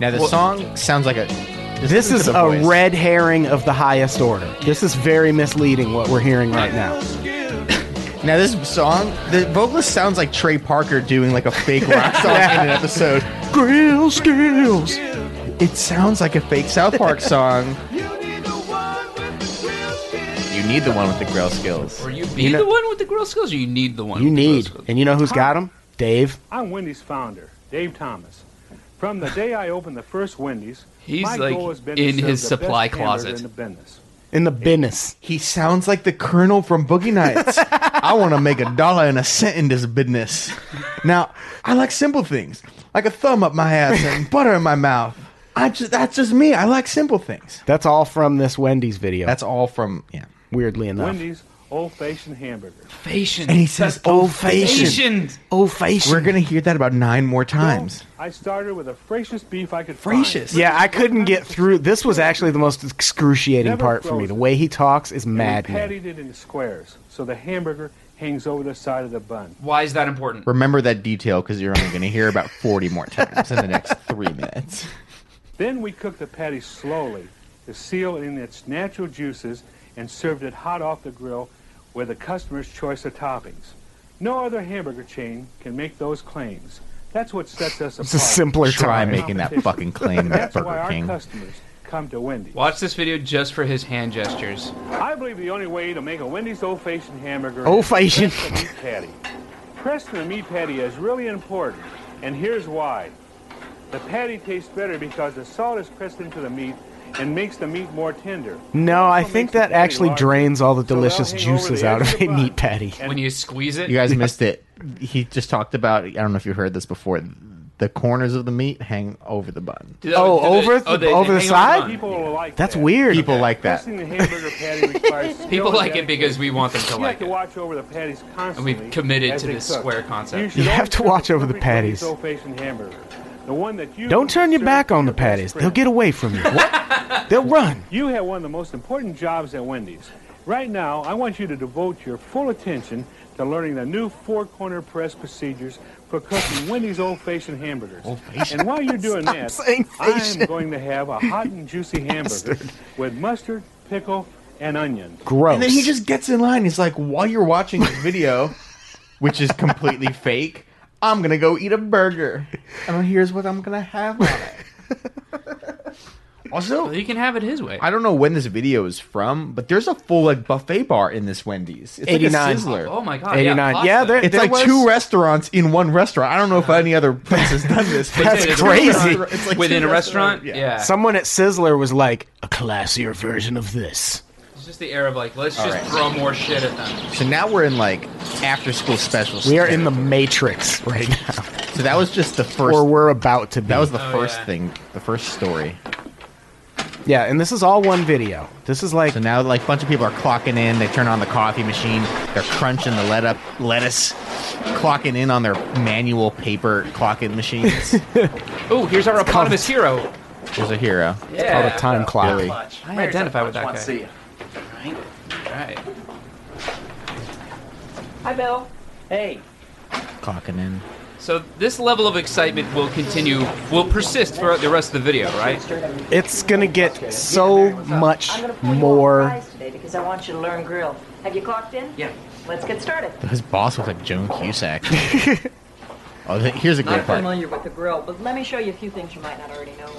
now the song sounds like a
This is
listen
a
to the voice.
red herring of the highest order. This is very misleading what we're hearing right now.
now this song the vocalist sounds like trey parker doing like a fake rock song in an episode
Grill skills.
It sounds like a fake South Park song. You need the one with the grill skills.
Or you be
You know-
the one with the grill skills, or you need the one.
You
with the grill
need,
skills?
and you know who's got them? Dave.
I'm Wendy's founder, Dave Thomas. From the day I opened the first Wendy's,
He's
my
like
goal has been
in
to serve
his
the
supply
best hamburger
closet.
In the business.
In the business.
He sounds like the Colonel from Boogie Nights. I want to make a dollar and a cent in this business. Now, I like simple things, like a thumb up my ass and butter in my mouth. I just that's just me. I like simple things.
That's all from this Wendy's video.
That's all from yeah.
weirdly enough.
Wendy's old fashioned hamburger.
Patient.
And he says, "Oh, fashion."
Patient.
Oh, face.
We're gonna hear that about nine more times.
I started with the freshest beef I could
Freshest?
find.
Yeah, I couldn't get through. This was actually the most excruciating
Never
part for me. The
frozen.
way he talks is
And we
maddening.
patted it into squares, so the hamburger hangs over the side of the bun.
Why is that important?
Remember that detail because you're only gonna hear about forty more times in the next three minutes.
Then we cooked the patty slowly to seal in its natural juices and served it hot off the grill with the customer's choice of toppings. No other hamburger chain can make those claims. That's what sets us apart.
It's a simpler
Try
time.
making that fucking claim about
That's
Burger
why our
King.
customers come to Wendy's.
Watch this video just for his hand gestures.
I believe the only way to make a Wendy's old fashioned hamburger
Old
is to
fashioned.
press the meat patty. Pressing the meat patty is really important, and here's why. The patty tastes better because the salt is pressed into the meat and makes the meat more tender.
No, I
Also
think
makes the
that
patty
actually
larger,
drains all the
so they'll
delicious
hang over
juices
the
out
edge
of
the
a
bun.
meat patty.
And-
When you squeeze it,
You guys missed it. He just talked about. I don't know if you heard this before. The corners of the meat hang over the bun.
Do-
Oh,
do
over the- over the
hang
side?
on.
People will like
That's
that.
weird.
People like that.
Pressing the hamburger patty requires
People
skill
like
and
it because we want them to
You have
like
to
it.
watch over the patties constantly.
committed
as
to
they
this
cook.
square concept.
should
You have
always
to
cook the
watch over the
perfect white
patties.
dough-facing hamburger, the one that you
Don't turn your
serve
back
to
on the
best
patties. They'll
friend.
get away from you. What? They'll run.
You have one of the most important jobs at Wendy's. Right now, I want you to devote your full attention to learning the new four-corner press procedures for cooking Wendy's old-fashioned hamburgers. And while you're doing that,
saying
I'm going to have a hot and juicy hamburger with mustard, pickle, and onion.
Gross.
And then he just gets in line. He's like, while you're watching this video, which is completely fake, I'm gonna go eat a burger. And here's what I'm gonna have on it.
Well,
also,
he can have it his way.
I don't know when this video is from, but there's a full like buffet bar in this Wendy's. It's
89.
like a Sizzler.
oh my god,
eighty nine. Yeah, there,
It's
there
like
was-
two restaurants in one restaurant. I don't know if any other place has done this. but
That's
it's two
crazy.
restaurant- it's like two
within a
restaurant-
restaurant. Yeah,
Someone at Sizzler was like a classier version of this.
it's just the air of like, let's just
right.
throw more shit at them.
So now we're in like after school specials.
We are in the Matrix right now,
So that was just the first.
or we're about to be.
that was the
Oh,
first
yeah.
thing, the first story.
yeah, and this is all one video. This is like
So now, like, a bunch of people are clocking in. They turn on the coffee machine. They're crunching the let up lettuce, clocking in on their manual paper clocking machines.
Oh, here's our eponymous hero.
There's a hero.
Yeah,
called a time clock.
Billy.
I identify with that guy. All right.
Hi, Bill. Hey.
Clocking in.
So this level of excitement will continue, will persist throughout the rest of the video, right?
it's gonna get so much
I'm gonna pull you off
more.
prize today because I want you to learn grill. Have you clocked in?
Yeah.
Let's get started.
His boss looks like Joan Cusack. oh, th- here's a great
Not
part.
familiar with the grill, but let me show you a few things you might not already know.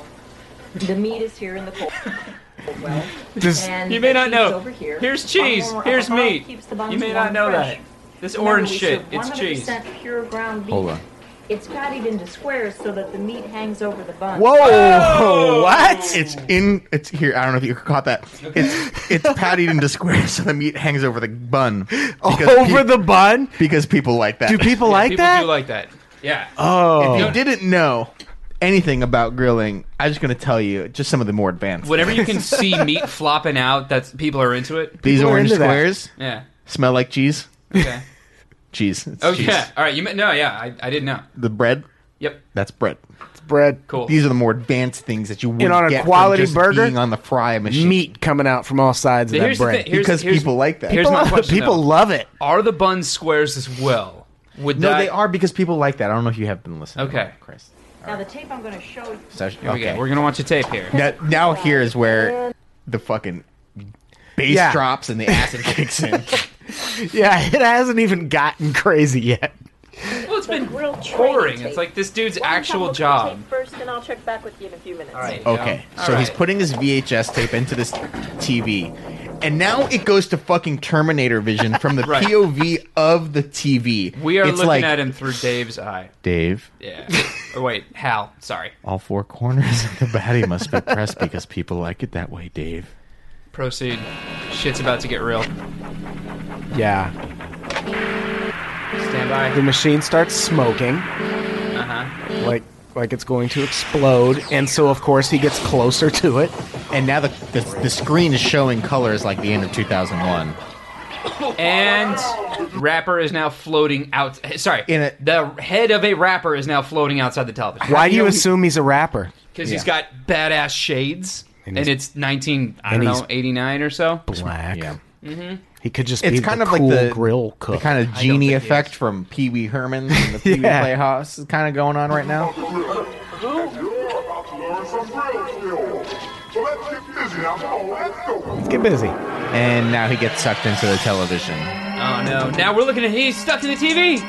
The meat is here in the cold. Well,
This,
and
You may
the
not
cheese
know.
is Over here.
Here's cheese.
Armor
Here's
alcohol
meat.
keeps the buns
You may
warm
not know
fresh.
that. This
Remember,
orange
we
shit,
serve
it's cheese.
100% pure ground beef.
Hold on.
It's patted into squares so that the meat hangs over the bun.
whoa!
Oh!
What? It's in. It's here. I don't know if you caught that. It's it's patted into squares, so the meat hangs over the bun. Because
Over
peop-
the bun?
because people like that.
Do people
Yeah,
like
people
that?
do like that. Yeah.
oh,
If you didn't know anything about grilling, I'm just going to tell you just some of the more advanced.
Whenever you can see meat flopping out, that's people are into it.
These
People are
orange
into that.
squares
Yeah.
smell like cheese.
Okay.
Cheese. It's
Oh
cheese.
yeah. All right. You may, no. Yeah. I, I didn't know.
The bread,
Yep.
that's bread.
bread,
Cool.
These are the more advanced things that you wouldn't
on a
get from
quality
just
burger,
being on the fry machine.
meat coming out from all sides of
Here's
that
the
bread.
thing. Here's-
because
here's-
people like that.
here's
people
my
love,
question,
people
though.
love it.
Are the buns squares as well? Would
no,
that-
they are because people like that. I don't know if you have been listening.
Okay.
Chris.
Now the tape I'm going to show you.
So,
Here we
okay.
go. We're gonna watch a tape here.
now, now here is where the fucking bass
Yeah.
drops and the acid kicks in.
Yeah, it hasn't even gotten crazy yet.
Well, it's been
Real training
boring.
tape.
It's like this dude's
Why don't you have a
actual
look at the
job.
tape First, and I'll check back with you in a few minutes.
All right.
Okay,
Yeah.
so
All
he's
right.
putting his VHS tape into this TV, and now it goes to fucking Terminator vision from the
Right.
POV of the TV.
We are
It's
looking
like,
at him through Dave's eye.
Dave.
Yeah. or wait, Hal. Sorry.
All four corners of the body must be pressed because people like it that way, Dave.
Proceed. Shit's about to get real.
Yeah,
Stand
the
by.
machine starts smoking.
Uh huh.
like like it's going to explode and so of course he gets closer to it
And now the, the the screen is showing colors like the end of 2001.
And rapper is now floating out. Sorry.
In a-
the head of a rapper is now floating outside the television
why do you
you-
assume he's a rapper
because he's got badass shades.
And
And,
he's-
it's 19, I don't
and he's-
know, 89 or so.
black
Yeah,
Mm-hmm.
he could just
it's
be
kind
the
of
cool
like the
grill cook
the kind of
think
genie
it
effect from Pee Wee Herman and the Pee Wee
Yeah.
Playhouse is kind of going on right now.
You're about to learn some grill skills. So let's get busy now. Come on, let's go.
get busy
And now he gets sucked into the television.
Oh no! Now we're looking at he's stuck to the TV.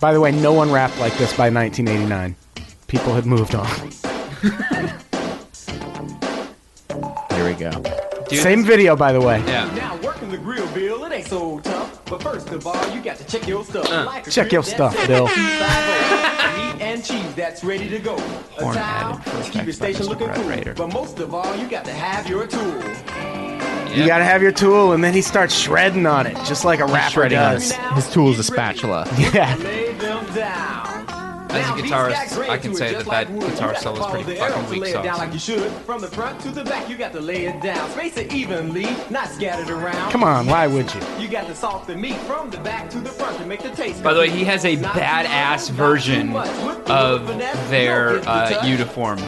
by the way no one rapped like this by 1989 people had moved on
Here we go.
Dude,
same video by the way
Yeah.
Now working the grill, Bill, it ain't so tough. But first of all, you got to check your stuff.
Uh.
Like a
check your
grill, that's
stuff bill
it. Meat and and cheese that's ready to go. A
Horn
towel
added for
to keep your
effect by
station
Mr.
looking
Red
cool.
Ryder.
But most of all, you got to have your tool.
You gotta have your tool, and then he starts shredding on it, just like a rapper
shredding on
does.
it. His tool is a spatula.
Yeah.
Lay them down.
As a
Now, these guys
guitarist,
ran
I can
to it
say
just
that
like
that
wood. You
guitar
gotta
solo is
follow
pretty
the arrow
fucking
to
weak
lay it down like you
sauce.
should. From the front to the back, you got to lay it down. Space it evenly, not scattered around.
Come on, why would you?
You got to salt the meat from the back to the front to make the taste.
By the way, he has a
Not too
badass
long, not too
version
much. With the
of
finesse,
their
don't get the
uh,
touch.
uniform.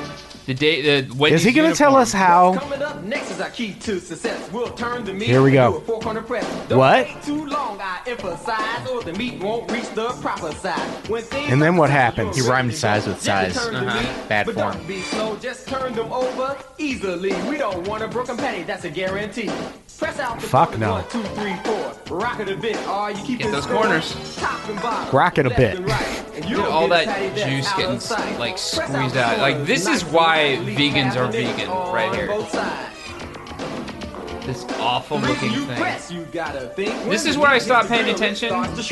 The day, the Wendy's
Is he gonna tell
uniform.
us how?
Coming up next is our key to success. We'll turn the meat
Here we go.
into a four-corner press. Don't
What?
wait too long, I emphasize, or the meat won't reach the proper size. When things
And then what
are-
happened?
He rhymed size with size.
Just turn the
Uh-huh.
meat,
Bad
but
form.
don't be slow, just turn them over easily. We don't want a broken patty, that's a guarantee. Press out the
Fuck
corners,
no.
One, two, three, four. Rock it a bit. All you keep
Get
it
those
scoring.
corners.
Top and bottom.
Rock it a
Left
bit.
and right. And
Dude,
you'll
all
get a
that
patty that's
juice
out
getting
of sight.
like
Press
squeezed
the
out. Like,
corners,
this is
nice
why
and lightly
vegans
tap
are
and it's
vegan right
on
here.
both sides.
This awful
Reason
looking
you
thing.
press, you gotta think.
This
When
is
the
where I
meat
stopped
hits the
paying
grill, it
attention.
starts to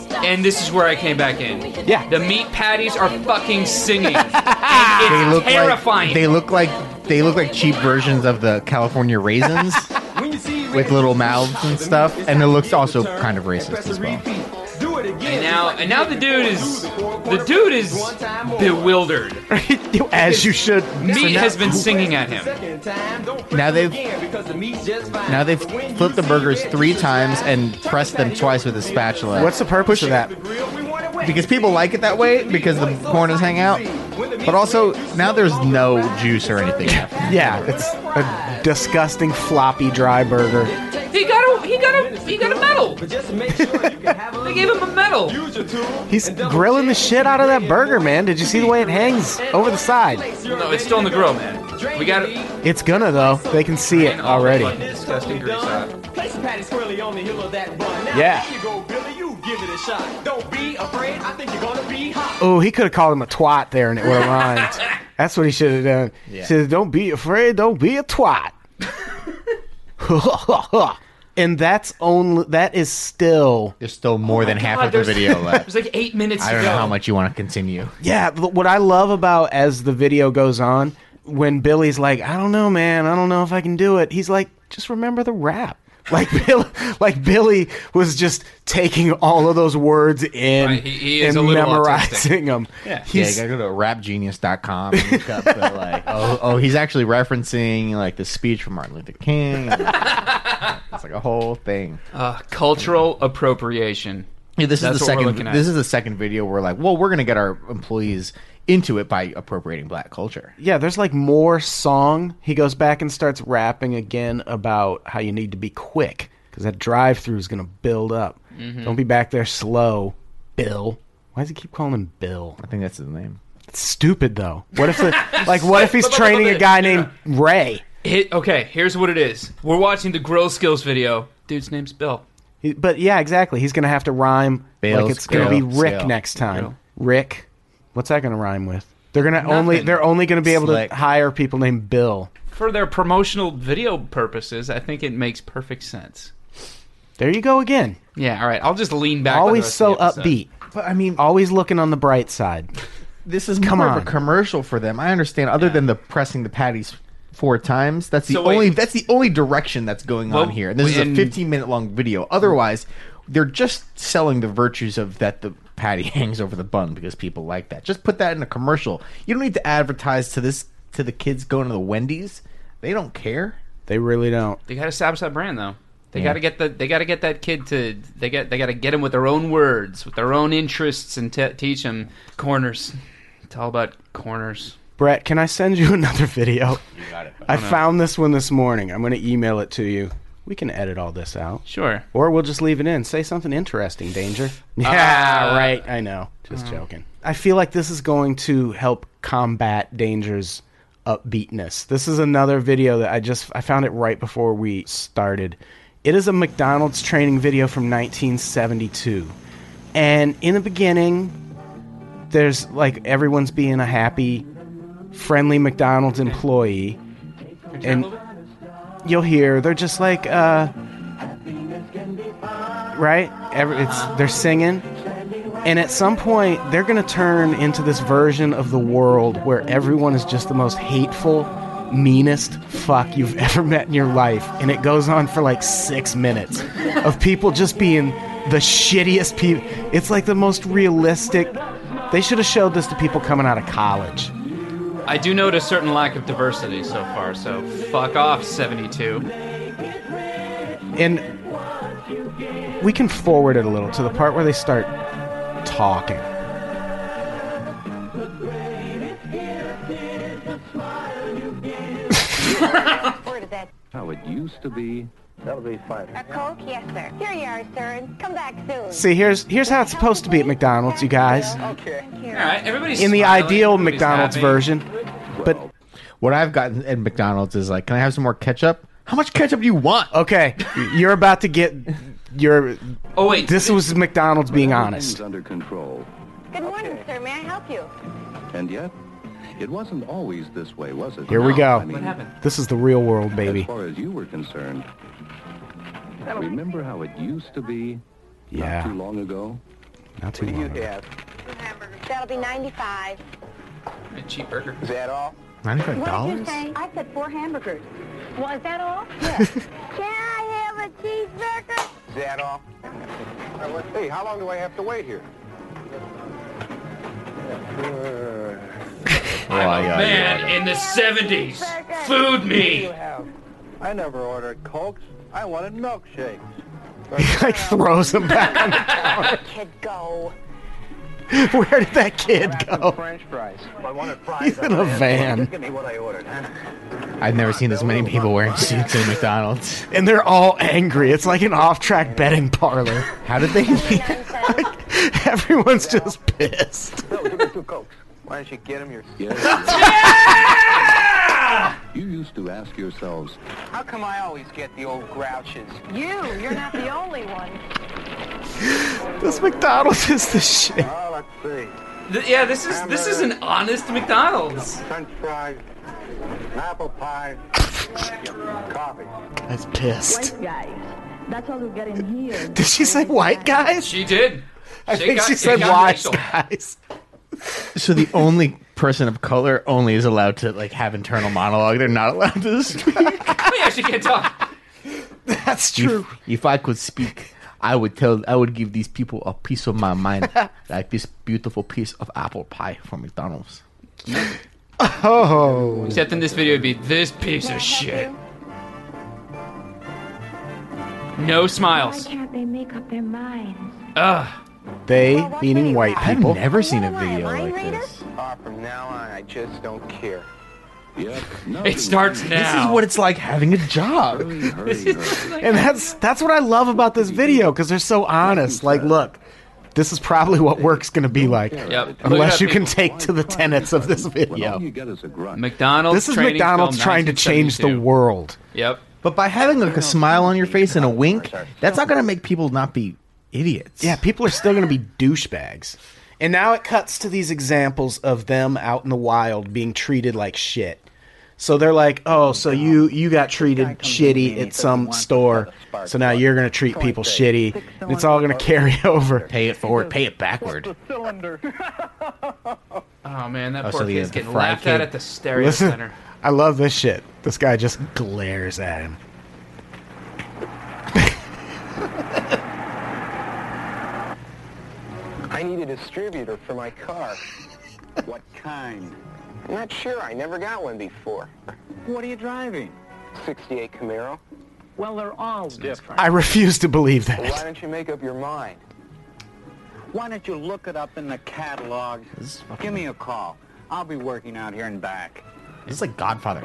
shrink.
And this is where I came back in.
Yeah.
The meat patties are fucking singing. And it's
They look
Ah, terrifying.
like they look like they look like cheap versions of the California raisins.
When you see
With little mouths and stuff, and it looks also kind of racist as well.
and now, and now the dude is, the dude is bewildered.
As you should.
Meat
now-
has been singing at him.
Now they've- Now they've flipped the burgers three times and pressed them twice with a spatula.
What's the purpose of that?
Because people like it that way, because the corners hang out. But also, now there's no juice or anything.
Yeah, it's a disgusting floppy dry burger.
He got a, he got a, he got a medal. They gave him a medal.
He's grilling the shit out of that burger, man. Did you see the way it hangs over the side?
No, it's still in the grill, man. We got it.
It's gonna though. They can see it
And all the
already.
fucking Disgusting grease on it.
Place the patty squarely on the heel of that bun. Now,
Yeah.
there you go, Billy. You give it a shot. Don't be afraid. I think you're gonna be hot.
Oh, he could have called him a twat there, and it would have rhymed. That's what he should have done. He said, "Don't be afraid. Don't be a twat." and that's only that is still
There's still more than half
God,
of the
there's-
video left.
There's like eight minutes
I
to
don't
go.
know how much you want to continue.
yeah. But what I love about as the video goes on, when Billy's like, "I don't know, man. I don't know if I can do it," he's like, "Just remember the rap." Like Bill, like Billy was just taking all of those words in
Right, he- he is
and
a little
memorizing them.
Yeah.
Yeah,
He's,
you gotta go to rapgenius.com and look up the, like, oh, oh, he's actually referencing like the speech from Martin Luther King. It's like a whole thing.
Uh, cultural appropriation.
Yeah, this
That's
is the
what we're
second.
looking at.
This is the second video where like, well, we're gonna get our employees into it by appropriating black culture.
yeah, there's like more song. He goes back and starts rapping again about how you need to be quick because that drive through is going to build up.
Mm-hmm.
Don't be back there slow, Bill. Why does he keep calling him Bill?
I think that's his name.
It's stupid though. What if the, like what if he's training a guy named Ray?
Hit, okay, here's what it is. We're watching the grill skills video. Dude's name's Bill.
He- But yeah, exactly. He's going to have to rhyme
Bill's
like it's going to be
grill,
Rick
sale.
next time.
Grill.
Rick. What's that going to rhyme with? They're going to only
Nothing.
they're only going to be able
Slick.
to hire people named Bill.
For their promotional video purposes, I think it makes perfect sense.
There you go again.
Yeah, all right. I'll just lean back. on the
Always
rest
so
of the episode.
upbeat.
But I mean,
always looking on the bright side.
this is
Come
more of
on.
a commercial for them. I understand. Other than the pressing the patties four times, that's the
So wait.
only that's the only direction that's going
Well,
on here. And this is
and-
a 15 minute long video. Otherwise, they're just selling the virtues of that the patty hangs over the bun because people like that. Just put that in a commercial. You don't need to advertise to this to the kids going to the Wendy's. They don't care.
They really don't.
They got to establish that brand though. They got to get the. They got to get that kid to. They get. They got to get him with their own words, with their own interests, and te- teach him corners. It's all about corners.
Brett, can I send you another video? You got it. Oh, I found this one this morning. I'm going to email it to you. We can edit all this out.
Sure.
Or we'll just leave it in. Say something interesting, Danger. Yeah, right. I know. Just joking. Uh, I feel like this is going to help combat Danger's upbeatness. This is another video that I just I found it right before we started. It is a McDonald's training video from 1972. And in the beginning, there's like everyone's being a happy, friendly McDonald's employee. And you'll hear they're just like uh right Every, it's they're singing And at some point, they're going to turn into this version of the world where everyone is just the most hateful, meanest fuck you've ever met in your life. And it goes on for like six minutes of people just being the shittiest people. It's like the most realistic. They should have showed this to people coming out of college.
I do note a certain lack of diversity so far, so fuck off, 72.
And we can forward it a little to the part where they start talking.
How it used to be. That'll be fine.
A Coke? Yes, sir. Here you are, sir. and Come back soon.
See, here's here's how it's supposed to be at McDonald's, you guys.
Okay.
All right, everybody's
In the
smiling,
ideal
everybody's
McDonald's
happy.
version, but
What I've gotten at McDonald's is like, can I have some more ketchup? How much ketchup do you want?
okay, you're about to get your.
Oh wait,
This was McDonald's being honest.
Everything's under control.
Good morning, sir. May I help you?
And yet, it wasn't always this way, was it?
Here we go.
I mean,
What happened?
This is the real world,
As
baby.
far as you were concerned, remember how it used to be?
Yeah.
Not too long ago?
Not too long. ago.
have?
That'll be 95.
A cheap burger.
Is that all?
Ninety-five dollars.
I said four hamburgers. Was that all? Yes. Can I have a cheeseburger?
Is that all? Hey, how long do I have to wait here?
Man, in the 70s, food me!
Have. I never ordered cokes. I wanted milkshakes.
He like throws him back. on
Kid, go.
the- Where did that kid go?
French fries. I wanted
He's in a van,
Give me what I ordered, huh?
I've never seen as many people wearing suits at McDonald's.
and they're all angry. It's like an off-track betting parlor.
How did they?
Everyone's just pissed.
Bill, Oh, give me two cokes. Why don't you get them yourself?
Yes. you used to ask yourselves,
How come I always get the old grouches?
You, you're not the only one.
This McDonald's is the shit.
Oh, let's see.
Th- yeah, this is this is an honest McDonald's.
French fries, an apple pie, coffee.
That's pissed.
Guys, that's all we got in here.
Did she say white guys?
She did.
I think she said
why.
wise guys.
So the only person of color only is allowed to like have internal monologue. They're not allowed to speak.
Oh yeah, she can't talk.
That's true.
if, if I could speak, I would tell. I would give these people a piece of my mind, like this beautiful piece of apple pie from McDonald's.
Oh,
Except in this video, it'd be this piece of shit. No smiles.
can't they make up their minds?
Ugh.
they meaning white
I've
people.
never seen a
Am I a
video
mind
like
reader?
this.
Ah, from now on, I just don't care.
yep,
It starts
This is
now.
what it's like having a job.
Hurry, hurry, hurry.
And that's that's what I love about this video because they're so honest. Like, look, this is probably what work's going to be like,
Yep. Look it up,
unless you can
people.
take to the tenets of this
When all
video.
you get is a grunt.
McDonald's.
This is
training
McDonald's
film,
trying to change the
1972.
world.
Yep.
But by having like a smile on your face and a wink, that's not gonna make people not be idiots.
Yeah, people are still going to be douchebags. And now it cuts to these examples of them out in the wild being treated like shit. So they're like, "Oh, so you you got treated shitty at some store, so now you're going to treat people shitty. And it's all going to carry over."
pay it forward, pay it backward.
Cylinder.
Oh man, that
Oh,
poor
so the-
kid's
the
getting
fry
laughed at
kid.
at the stereo
Listen,
center.
I love this shit. This guy just glares at him.
I need a distributor for my car. What kind? I'm not sure. I never got one before. What are you driving? 68 Camaro. Well, they're all different.
I refuse to believe
Why
that.
don't you make up your mind? Why don't you look it up in the catalog? Give me a call. I'll be working out here and back.
This is like Godfather.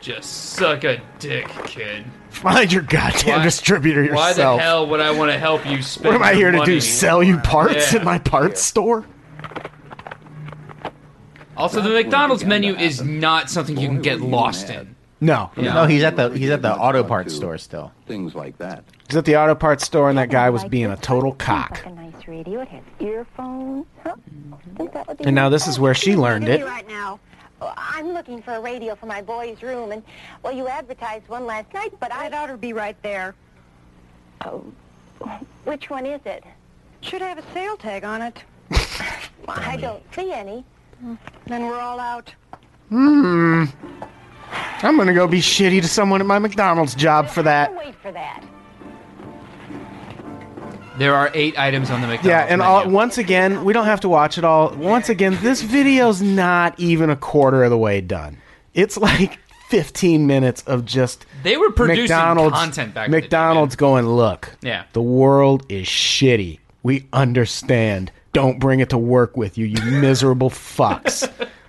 Just suck a dick, kid.
Find your goddamn
Why-
distributor
Why
yourself.
the hell would I want to help you spend
what am I
your
here to
money?
do? Sell you parts
Yeah.
at my parts store?
Also, the McDonald's menu is not something you can get lost in.
No.
Yeah.
No, he's at the he's at the auto parts store still.
Things like that.
He's at the auto parts store, and that guy was being a total cock.
Like a nice radio. It has earphones. Huh?
Mm-hmm.
Think that would be
And now this is where she learned it.
Right now, uh, I'm looking for a radio for my boy's room, and well, you advertised one last night, but I. It ought to be right there. Oh,
Which one is it? Should have a sale tag on it. I don't see any. Then we're all out.
Hmm. I'm gonna go be shitty to someone at my McDonald's job for that.
Wait for that.
There are eight items on the McDonald's.
Yeah, and all, once again, we don't have to watch it all. Once again, this video's not even a quarter of the way done. It's like 15 minutes of just
They were producing
McDonald's,
content back in the day,
McDonald's going, look,
Yeah.
the world is shitty. We understand. Don't bring it to work with you, you miserable fucks.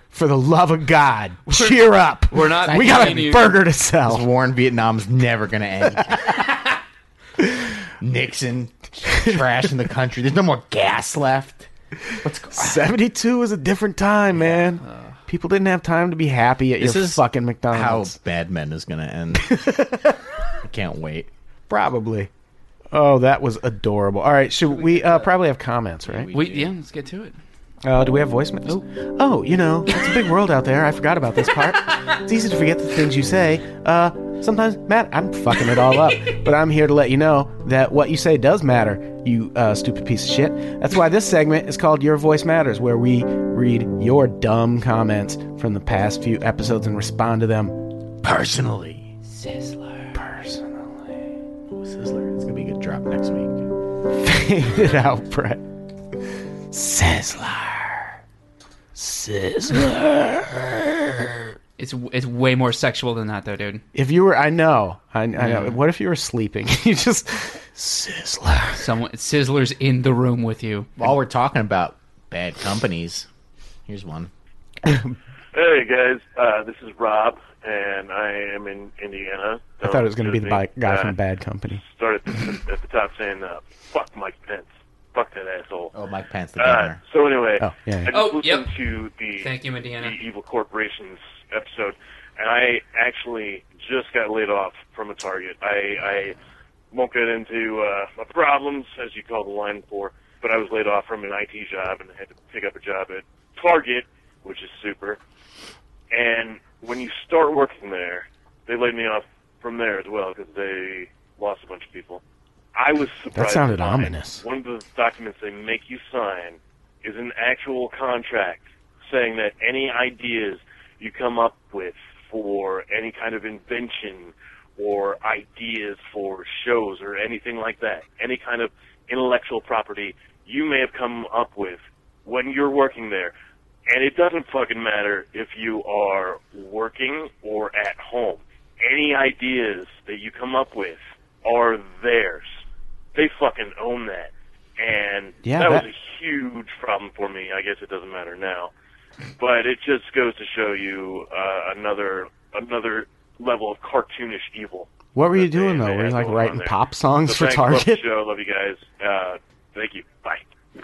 For the love of God, cheer up.
We're not
We got
paying
a
you.
burger to sell.
This war in Vietnam's never going to end. Nixon trashing the country. There's no more gas left. ah.
What's 72 is a different time, man.
Uh.
People didn't have time to be happy at
This
your
is
fucking McDonald's.
How Bad Men is going to end. I can't wait.
Probably. Oh, that was adorable. All right, should we uh, probably have comments, right?
We, yeah, let's get to it.
Uh, do we have voicemails? Oh. you know, it's a big world out there. I forgot about this part. it's easy to forget the things you say. Uh, sometimes, Matt, I'm fucking it all up, but I'm here to let you know that what you say does matter, you uh, stupid piece of shit. That's why this segment is called Your Voice Matters, where we read your dumb comments from the past few episodes and respond to them personally.
Sizzler.
Personally.
Sizzler. It's going to be a good drop next week.
Fade it out, Brett. Sizzler. Sizzler.
It's it's way more sexual than that, though, dude.
If you were, I know, I, I know.
Mm.
Yeah.
What if you were sleeping? you just Sizzler.
Someone Sizzler's in the room with you.
While we're talking about bad companies, here's one.
Hey guys, uh, this is Rob, and I am in Indiana.
I thought it was going to be the bi- guy
Uh,
from Bad Company.
Started at the, at the top saying, uh, "Fuck Mike Pence, fuck that asshole."
Oh, Mike Pence, the
Uh,
governor.
so anyway,
Oh, yeah, yeah.
I just
Oh,
listened to the
Thank you, Indiana.
the evil corporations episode, and I actually just got laid off from a Target. I, I won't get into uh, my problems as you call the line for, but I was laid off from an IT job and had to pick up a job at Target, which is super. And when you start working there, they laid me off from there as well because they lost a bunch of people. I was surprised.
That sounded
to find
ominous.
One of the documents they make you sign is an actual contract saying that any ideas you come up with for any kind of invention or ideas for shows or anything like that, any kind of intellectual property you may have come up with when you're working there. And it doesn't fucking matter if you are working or at home. Any ideas that you come up with are theirs. They fucking own that. And
Yeah,
that,
that-
was a huge problem for me. I guess it doesn't matter now. But it just goes to show you uh, another another level of cartoonish evil.
What were you doing though? Were you like writing pop songs for
So thanks, love the
Target?
show. Love you guys. Uh, thank you. Bye.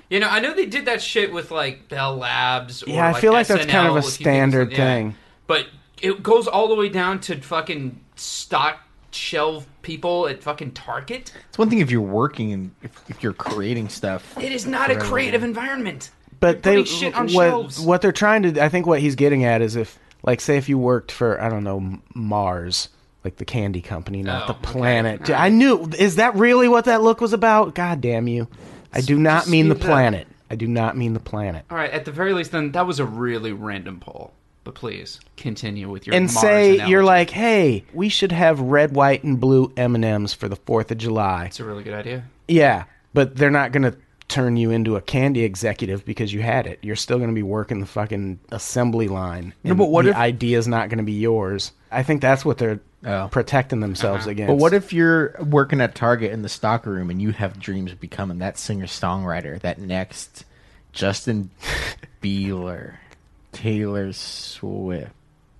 You know, I know they did that shit with like Bell Labs. Or,
Yeah, I feel like that's
SNL,
kind of a
if you think
standard
it's- yeah.
thing.
But it goes all the way down to fucking stock shelf people at fucking Target.
It's one thing if you're working and if, if you're creating stuff.
It is not a
Right.
creative environment.
But
They're
they
putting shit on
what,
shelves.
what they're trying to I think what he's getting at is if like say if you worked for I don't know M- Mars like the candy company not the planet. I knew is that really what that look was about? God damn you. I do not mean the
speed it up.
planet. I do not mean the planet.
All right, at the very least, then that was a really random poll. But please continue with your
and
Mars
say
analogy.
you're like, "Hey, we should have red, white and blue M&Ms for the 4th of July."
It's a really good idea.
Yeah, but they're not going to turn you into a candy executive because you had it. You're still going to be working the fucking assembly line.
No,
and
but what
the
if-
idea's not going to be yours? I think that's what they're
Oh.
protecting themselves against.
But what if you're working at Target in the stock room and you have dreams of becoming that singer songwriter, that next Justin Bieber, Taylor Swift,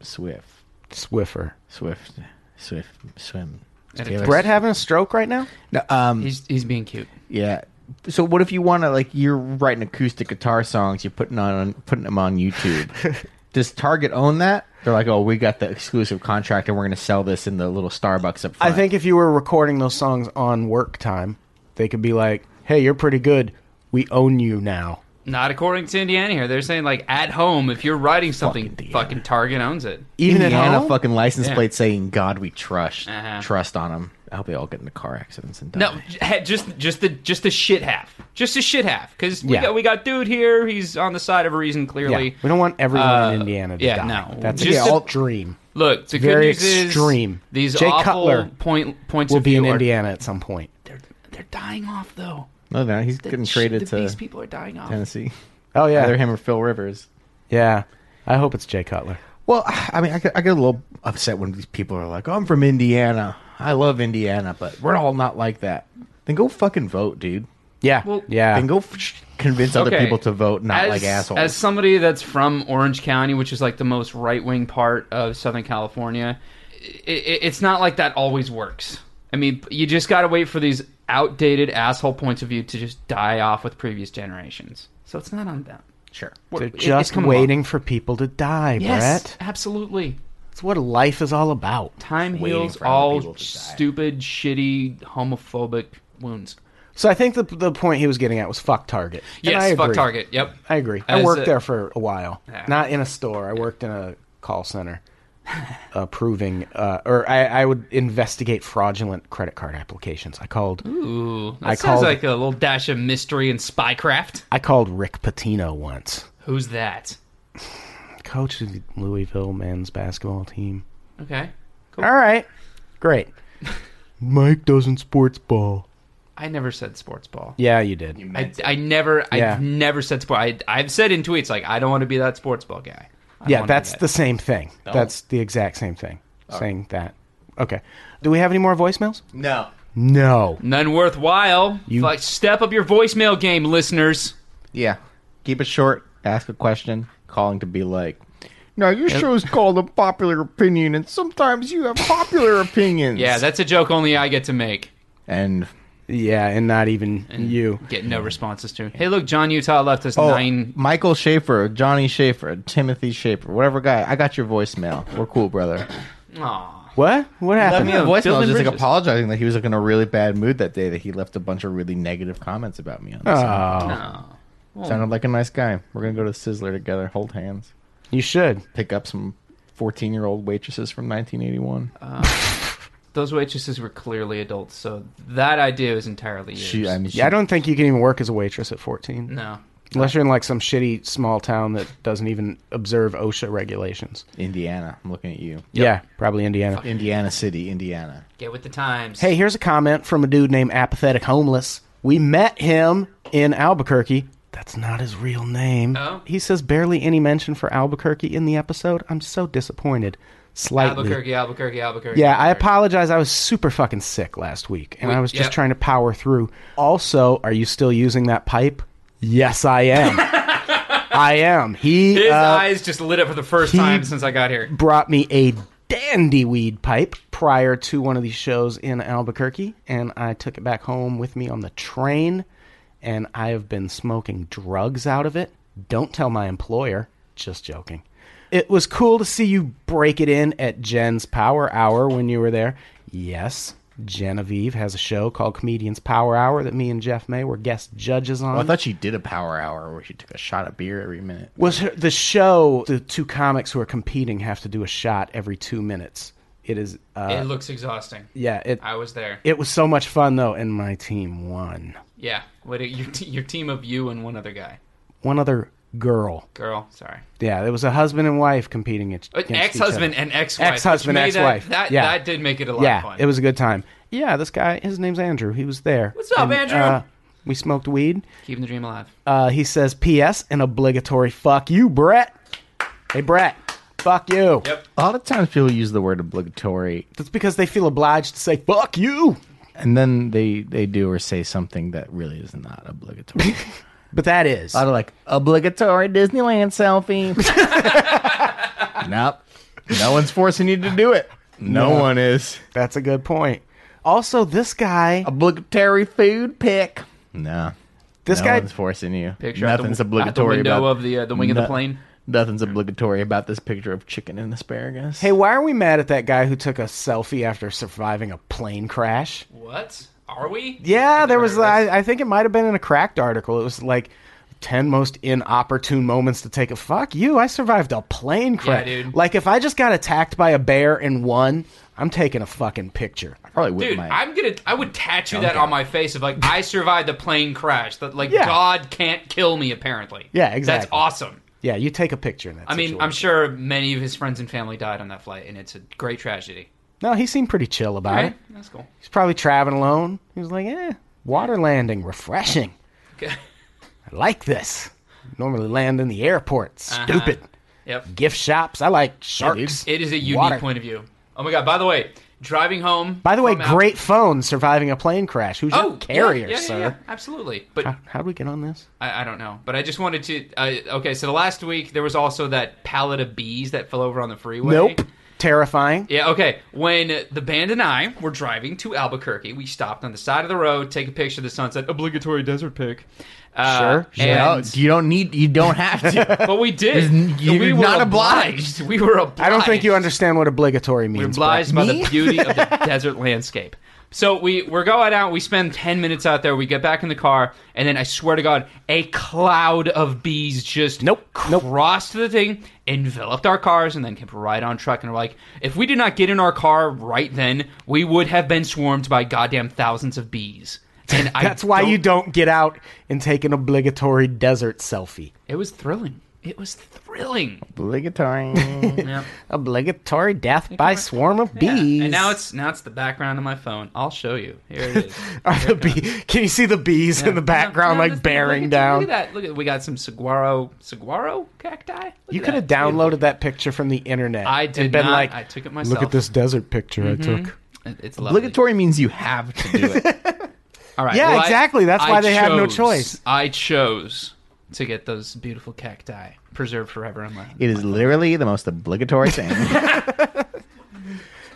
Swift,
Swiffer,
Swift, Swift, Swim.
Is
Taylor
Brett having a stroke right now?
No, um,
he's he's being cute.
Yeah. So what if you want to like you're writing acoustic guitar songs, you're putting on putting them on YouTube. Does Target own that? They're like, oh, we got the exclusive contract, and we're going to sell this in the little Starbucks up front.
I think if you were recording those songs on work time, they could be like, "Hey, you're pretty good. We own you now."
Not according to Indiana here. They're saying like at home, if you're writing something, fucking, Target owns it.
E-
Even Indiana fucking license
Yeah.
plate saying "God we trust
Uh-huh.
trust on them." I hope they all get into car accidents and die.
No, j- he- just just the just the shit half, just the shit half. Because we
Yeah.
got we got dude here. He's on the side of a reason clearly.
Yeah, we don't want everyone
Uh,
in Indiana to
yeah,
die.
no.
That's
Just
the
the-
alt dream.
Look,
It's
the
very
good news
extreme.
Is these
Jay
awful
Cutler
point points
will
of
be in
view are-
Indiana at some point.
they're dying off though.
no, no, he's
The
getting
ch-
traded
the-
to
these people are dying off.
Tennessee.
Oh yeah,
either him or Phil Rivers.
Yeah, I hope it's Jay Cutler.
Well, I mean, I get, I get a little upset when these people are like, "I'm from Indiana. I love Indiana, but we're all not like that." Then go fucking vote, dude.
Yeah,
Well-
yeah.
Then go f- convince other
Okay.
people to vote, not
as,
like assholes.
As somebody that's from Orange County, which is like the most right wing part of Southern California, i i it's not like that always works. I mean, you just got to wait for these outdated asshole points of view to just die off with previous generations. So it's not on them.
Sure.
They're just waiting for people to die,
Yes,
Brett.
absolutely.
That's what life is all about.
Time
Waiting
heals
for other people
all
to die.
stupid, shitty, homophobic wounds.
So I think the the point he was getting at was fuck Target. And
Yes,
I
fuck
agree.
Target. Yep.
I agree. I
As
worked
a-
there for a while,
Yeah.
not in a store. I worked in a call center, approving uh, or I, I would investigate fraudulent credit card applications. I called.
Ooh, that
I
sounds
called-
like a little dash of mystery and spycraft.
I called Rick Patino once,
Who's that?
coach of the Louisville men's basketball team.
Okay.
All right, great. Mike doesn't sports ball.
I never said sports ball.
Yeah, you did.
I, I never,
Yeah.
I've never said sport. I, I've said in tweets like I don't want to be that sports ball guy. I don't
yeah,
wanna be
that's
that.
the same thing.
No.
That's the exact same thing. Saying that. Okay. Do we have any more voicemails?
No.
No.
none worthwhile. Like step up your voicemail game, listeners.
yeah, keep it short. Ask a question. Calling to be like, "Now your show's called a popular opinion, and sometimes you have popular opinions."
Yeah, that's a joke only I get to make.
and
yeah, and not even you
get no responses to. Hey, look, John Utah left us
Oh,
nine.
Michael Schaefer, Johnny Schaefer, Timothy Schaefer, whatever guy. I got your voicemail. We're cool, brother.
Aw.
What? What
Left
happened?
me a voicemail just like
Bridges.
apologizing that he was like in a really bad mood that day. That he left a bunch of really negative comments about me. On the
Oh.
side.
No.
sounded like a nice guy. We're gonna go to Sizzler together. Hold hands.
You should
pick up some fourteen-year-old waitresses from 1981.
Uh,
Those waitresses were clearly adults, so that idea is entirely yours.
She- I mean,
Yeah, I don't think you can even work as a waitress at 14.
No.
Unless you're in like some shitty small town that doesn't even observe OSHA regulations.
Indiana. I'm looking at you.
Yeah, probably Indiana.
Indiana City, Indiana.
Get with the times.
Hey, here's a comment from a dude named Apathetic Homeless. We met him in Albuquerque. That's not his real name.
Oh.
He says barely any mention for Albuquerque in the episode. I'm so disappointed. Slightly.
Albuquerque, Albuquerque, Albuquerque.
Yeah, I apologize. I was super fucking sick last week, and
We-
I was just
yep.
trying to power through. Also, are you still using that pipe? Yes, I am. I am. He
His
uh,
eyes just lit up for the first
he-
time since I got here.
brought me a dandy weed pipe prior to one of these shows in Albuquerque, and I took it back home with me on the train, and I have been smoking drugs out of it. Don't tell my employer. Just joking. It was cool to see you break it in at Jen's Power Hour when you were there. Yes, Genevieve has a show called Comedians Power Hour that me and Jeff May were guest judges on.
Well, Oh, I thought she did a power hour where she took a shot of beer every minute.
Was her, the show the two comics who are competing have to do a shot every two minutes? It is. Uh,
it looks exhausting.
yeah, it.
I was there.
It was so much fun though, and my team won.
Yeah, what a, your t- your team of you and one other guy,
One other girl.
girl. Sorry,
Yeah, it was a husband and wife competing ag- against
ex husband
each other.
and ex wife.
Ex-husband, ex-wife.
That that,
Yeah.
that did make it a lot
yeah,
of fun.
it was a good time. Yeah, this guy, his name's Andrew. He was there. uh,
What's up, Andrew?
we smoked weed.
keeping the dream alive.
Uh, he says, "P.S. An obligatory fuck you, Brett. Hey, Brett, fuck you.
Yep.
A lot of times people use the word obligatory,
That's because they feel obliged to say fuck you.
and then they they do or say something that really is not obligatory.
But that is
a lot of like obligatory Disneyland selfie. nope, no one's forcing you to do it. No
No.
one is
That's a good point. Also, this guy.
obligatory food pick. No,
This
no
guy-
one's forcing you.
Picture out the-
nothing's
out the
obligatory
window
about
of the, uh, the wing of the plane.
Nothing's obligatory about this picture of chicken and asparagus.
Hey, why are we mad at that guy who took a selfie after surviving a plane crash?
What are we?
Yeah, there was. I, I think it might have been in a cracked article. It was like 10 most inopportune moments to take a fuck you i survived a plane crash
dude.
like if i just got attacked by a bear and won i'm taking a fucking picture i
probably
Dude, I'm gonna. I would tattoo that
Okay.
on my face of like I survived a plane crash. That like
Yeah.
God can't kill me. Apparently.
Yeah,
That's
exactly.
awesome.
yeah you take a picture in that
I mean,
situation.
I'm sure many of his friends and family died on that flight, and it's a great tragedy.
no he seemed pretty chill about
Alright,
it
that's cool.
he's probably traveling alone he was like eh water landing refreshing
Okay.
i like this normally land in the airport
Uh-huh.
stupid
Yep.
gift shops i like sharks
It is a unique
Water.
point of view. Oh my god! By the way, driving home.
By the way,
from out-
great phone surviving a plane crash. Who's
Oh,
your carrier,
yeah, yeah, yeah,
sir?
yeah, absolutely. But
how, how do we get on this?
I, I don't know. But I just wanted to. I okay, so the last week there was also that pallet of bees that fell over on the freeway.
Nope. Terrifying.
Yeah, okay. When the band and I were driving to Albuquerque, we stopped on the side of the road, take a picture of the sunset. Obligatory desert pic. Uh,
Sure.
and-
you don't need. You don't have to.
but we did.
There's- you're
we were
not obliged.
We were obliged.
I don't think you understand what obligatory means.
obliged by
Brett.
the beauty of the desert landscape. So we we're going out. We spend ten minutes out there. We get back in the car, and then I swear to God, a cloud of bees just nope crossed the thing, enveloped our cars, and then kept right on truck. And we're like, if we did not get in our car right then, we would have been swarmed by goddamn thousands of bees. And I
That's why you don't get out and take an obligatory desert selfie.
It was thrilling. It was thrilling.
Obligatory.
Yep.
Obligatory death by swarm of bees.
And now it's now it's the background of my phone. I'll show you. Here it is.
Are the bee- Can you see the bees in the background,
No,
like
that's-
bearing
look at,
down?
Look at that. Look at we got some saguaro saguaro cacti. Look
You
at
could have
that.
downloaded that picture from the internet.
I
and
did
been
not.
Like,
I took
Look
it myself."
at this desert picture I
Mhm.
took.
It- It's lovely.
Obligatory means you have to do it.
All right.
Yeah,
well, I-
exactly. That's
I
why they have no
chose-
choice.
I chose to get those beautiful cacti preserved forever in my.
It is literally the most obligatory thing.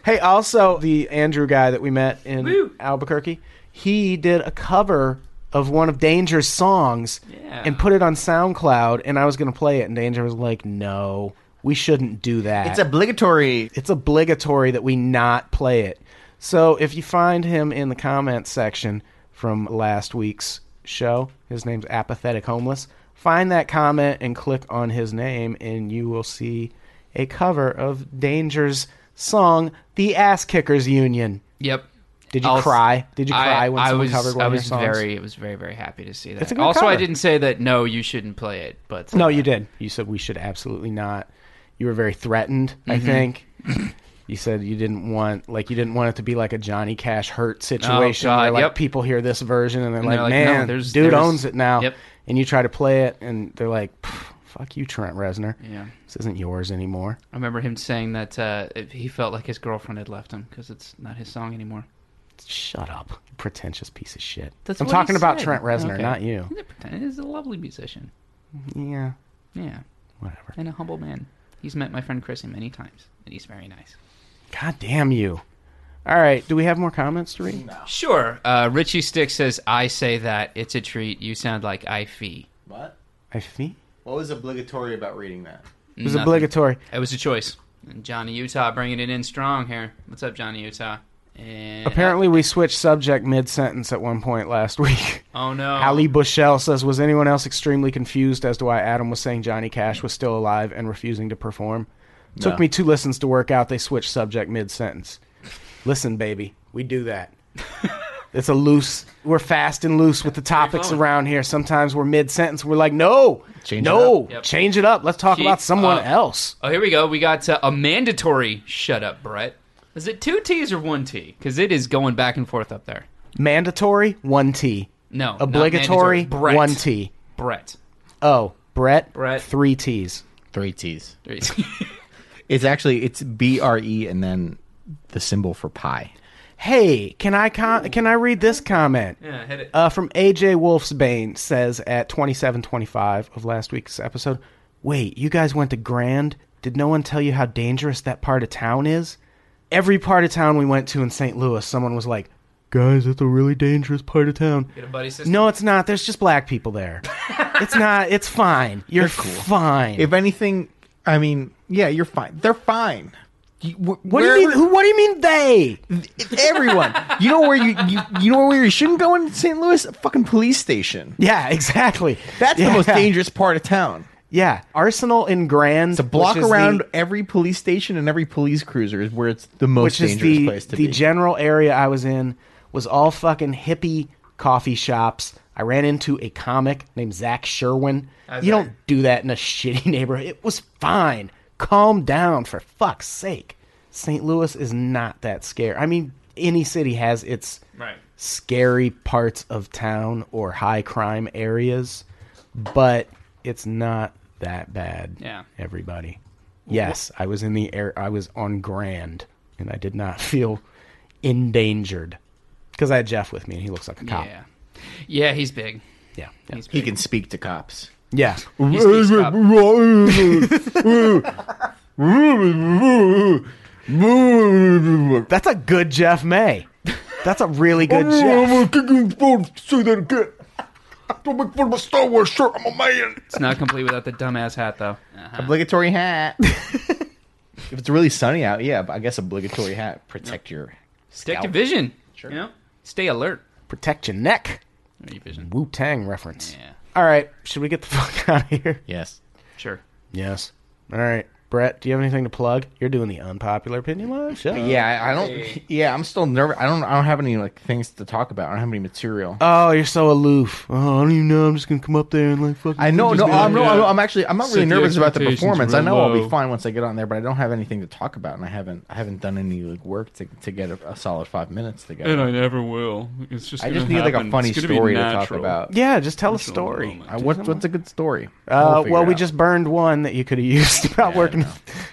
Hey, also the Andrew guy that we met in Albuquerque, he did a cover of one of Danger's songs and put it on SoundCloud, and I was going to play it, and Danger was like, "No, we shouldn't do that.
It's obligatory.
It's obligatory that we not play it." So if you find him in the comments section from last week's show, his name's Apathetic Homeless. Find that comment and click on his name, and you will see a cover of Danger's song, "The Ass Kickers Union."
Yep.
Did you
I'll-
cry? Did you
I-
cry when
I
someone
was,
covered one
I
of your
was
songs?
very, I was very, very happy to see that.
It's a good
also, I
cover.
didn't say that. No, you shouldn't play it. But
No, you did. You said we should absolutely not. You were very threatened, I
Mhm.
think. You said you didn't want like you didn't want it to be like a Johnny Cash hurt situation
Oh, God,
where like
yep.
people hear this version and they're,
And
like,
they're like,
"Man,
no, there's-
dude
there's-
owns it now."
Yep.
And you try to play it and they're like, "Pff, "Fuck you, Trent Reznor.
Yeah.
This isn't yours anymore."
I remember him saying that uh, he felt like his girlfriend had left him because it's not his song anymore.
Shut up, you pretentious piece of shit.
That's
I'm
what he
talking about
said.
Trent Reznor,
Okay.
not you.
He's a, pretend- he's a lovely musician.
Yeah.
Yeah.
Whatever.
And a humble man. He's met my friend Chrissy many times, and he's very nice.
God damn you. All right, do we have more comments to read? No.
Sure. Uh, Richie Stick says, I say that. It's a treat. You sound like I fee.
What?
I think
What was obligatory about reading that?
it was obligatory.
It was a choice. And Johnny Utah bringing it in strong here. What's up, Johnny Utah? And
Apparently, we switched subject mid sentence at one point last week.
Oh, no.
Ali Bushell says, "Was anyone else extremely confused as to why Adam was saying Johnny Cash was still alive and refusing to perform?" Took
No.
me two listens to work out. They switched subject mid sentence. Listen, baby, we do that. it's a loose. We're fast and loose with the topics
flowing.
around here. Sometimes we're mid sentence. We're like, no,
Change it
no,
up. Yep.
change it up. Let's talk
Keep
about someone
up.
else.
Oh, here we go. We got uh, a mandatory shut up, Brett. Is it two T's or one T? Because it is going back and forth up there.
Mandatory one T.
No, not
obligatory
mandatory. Brett.
one T.
Brett.
Oh, Brett.
Brett.
Three T's.
Three T's.
Three
It's actually it's B R E and then the symbol for pi.
Hey, can I com- can I read this comment?
Yeah, hit it.
Uh, from AJ Wolfsbane says at twenty seven twenty five of last week's episode. Wait, you guys went to Grand? Did no one tell you how dangerous that part of town is? Every part of town we went to in St. Louis, someone was like, "Guys, that's a really dangerous part of town."
Get a buddy system.
No, it's not. There's just black people there. it's not. It's fine. You're cool. fine.
If anything, I mean, yeah, you're fine. They're fine.
What do you mean? Who? What do you mean they?
Everyone. You know where you, you you know where you shouldn't go in St. Louis? A fucking police station.
Yeah, exactly.
That's
Yeah.
the most dangerous part of town.
Yeah, Arsenal in Grand. It's a
Block around every police station and every police cruiser is where it's the
which
most
is
dangerous
the
place to
the
be.
general area I was in was all fucking hippie coffee shops. I ran into a comic named Zach Sherwin.
How's
You
that?
don't do that in a shitty neighborhood. It was fine. Calm down for fuck's sake. St. Louis is not that scary. I mean, any city has its
Right.
scary parts of town or high crime areas, but it's not that bad.
Yeah.
Everybody.
Mm-hmm.
Yes, I was in the air. I was on Grand, and I did not feel endangered because I had Jeff with me, and he looks like a cop.
Yeah. Yeah, he's big.
Yeah.
He's
He can speak to cops.
Yeah.
He speaks up.
That's a good Jeff May. That's a really good Jeff.
Oh, I'm kicking Say that again. Don't make fun of my Star Wars shirt. I'm a man.
It's not complete without the dumbass hat, though.
Obligatory hat. if it's really sunny out, yeah, but I guess obligatory hat. Protect your
Stick to
scalp.
vision. Sure. You know? Stay alert.
Protect your neck. Wu Tang
Mm.
reference. All right. Should we get the fuck out of here?
Yes.
Sure.
Yes. All right. Brett, do you have anything to plug? You're doing the unpopular opinion live show.
Yeah, I, I don't. Yeah, I'm still nervous. I don't. I don't have any like things to talk about. I don't have any material.
Oh, you're so aloof. Oh, I don't even know. I'm just gonna come up there and like fucking.
I know.
just
No,
be
I'm,
like-
no, I'm- I'm actually. I'm not
Set
really
the
nervous about the
expectations
performance. I
real
know I'll
low.
be fine once I get on there, but I don't have anything to talk about, and I haven't. I haven't done any like work to to get a, a solid five minutes together.
never will. It's
I just need like a funny story to talk about.
Yeah, just tell a story.
I, what's, what's a good story?
Uh,
We'll
well, we
figure it
just burned one that you could have used about working at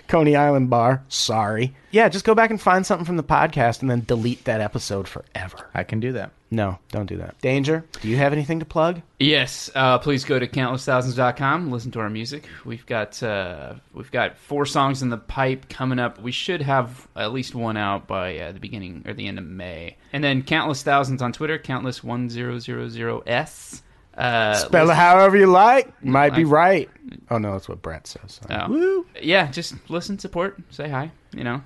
Coney Island Bar. Sorry. Yeah, just go back and find something from the podcast and then delete that episode forever.
out. I can do that.
No, don't do that. Danger, do you have anything to plug?
Yes, uh, please go to countlesssthousands.com. Listen to our music. We've got uh, we've got four songs in the pipe coming up. We should have at least one out by uh, the beginning or the end of May. And then countless thousands on Twitter, countless one zero zero zero s. Uh,
Spell it
listen-
however you like. Might be
I-
right. Oh, no, that's what Brett says.
Oh.
Woo.
Yeah, just listen, support, say hi. You know,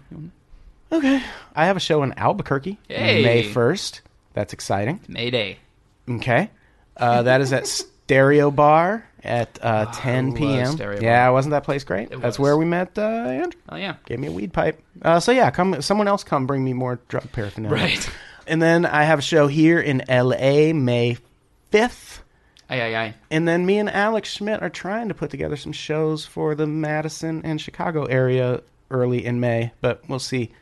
Okay. I have a show in Albuquerque
Hey.
May 1st. That's exciting.
Mayday.
Okay. Uh, that is at Stereo Bar at uh, 10
Oh, love
p.m.
Stereo
Yeah,
Bar.
wasn't that place great?
It
That's
was.
where we met uh, Andrew.
Oh yeah.
Gave me a weed pipe. Uh, so yeah, come. Someone else come bring me more drug paraphernalia.
Right.
And then I have a show here in L.A. May fifth.
Aye aye aye.
And then me and Alex Schmidt are trying to put together some shows for the Madison and Chicago area early in May, but we'll see.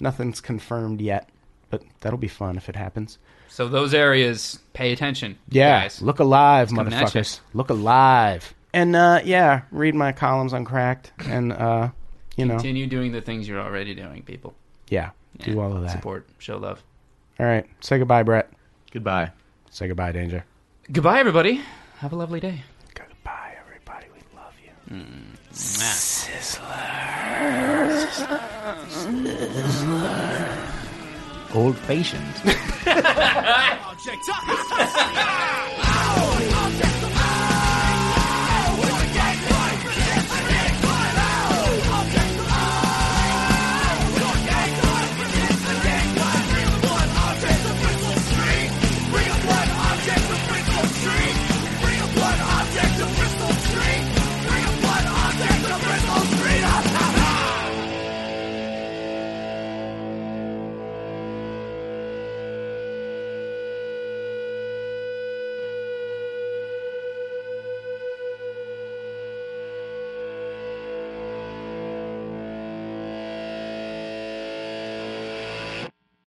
Nothing's confirmed yet, but that'll be fun if it happens.
So those areas, pay attention.
Yeah,
guys.
look alive,
coming at ya.
motherfuckers. Look alive. And uh, yeah, read my columns on Cracked, and uh, you know,
Continue doing the things you're already doing, people.
yeah, do all of that.
Support, show love.
All right, say goodbye, Brett.
Goodbye.
Say goodbye, Danger.
Goodbye, everybody. Have a lovely day.
Old fashioned.
Object up.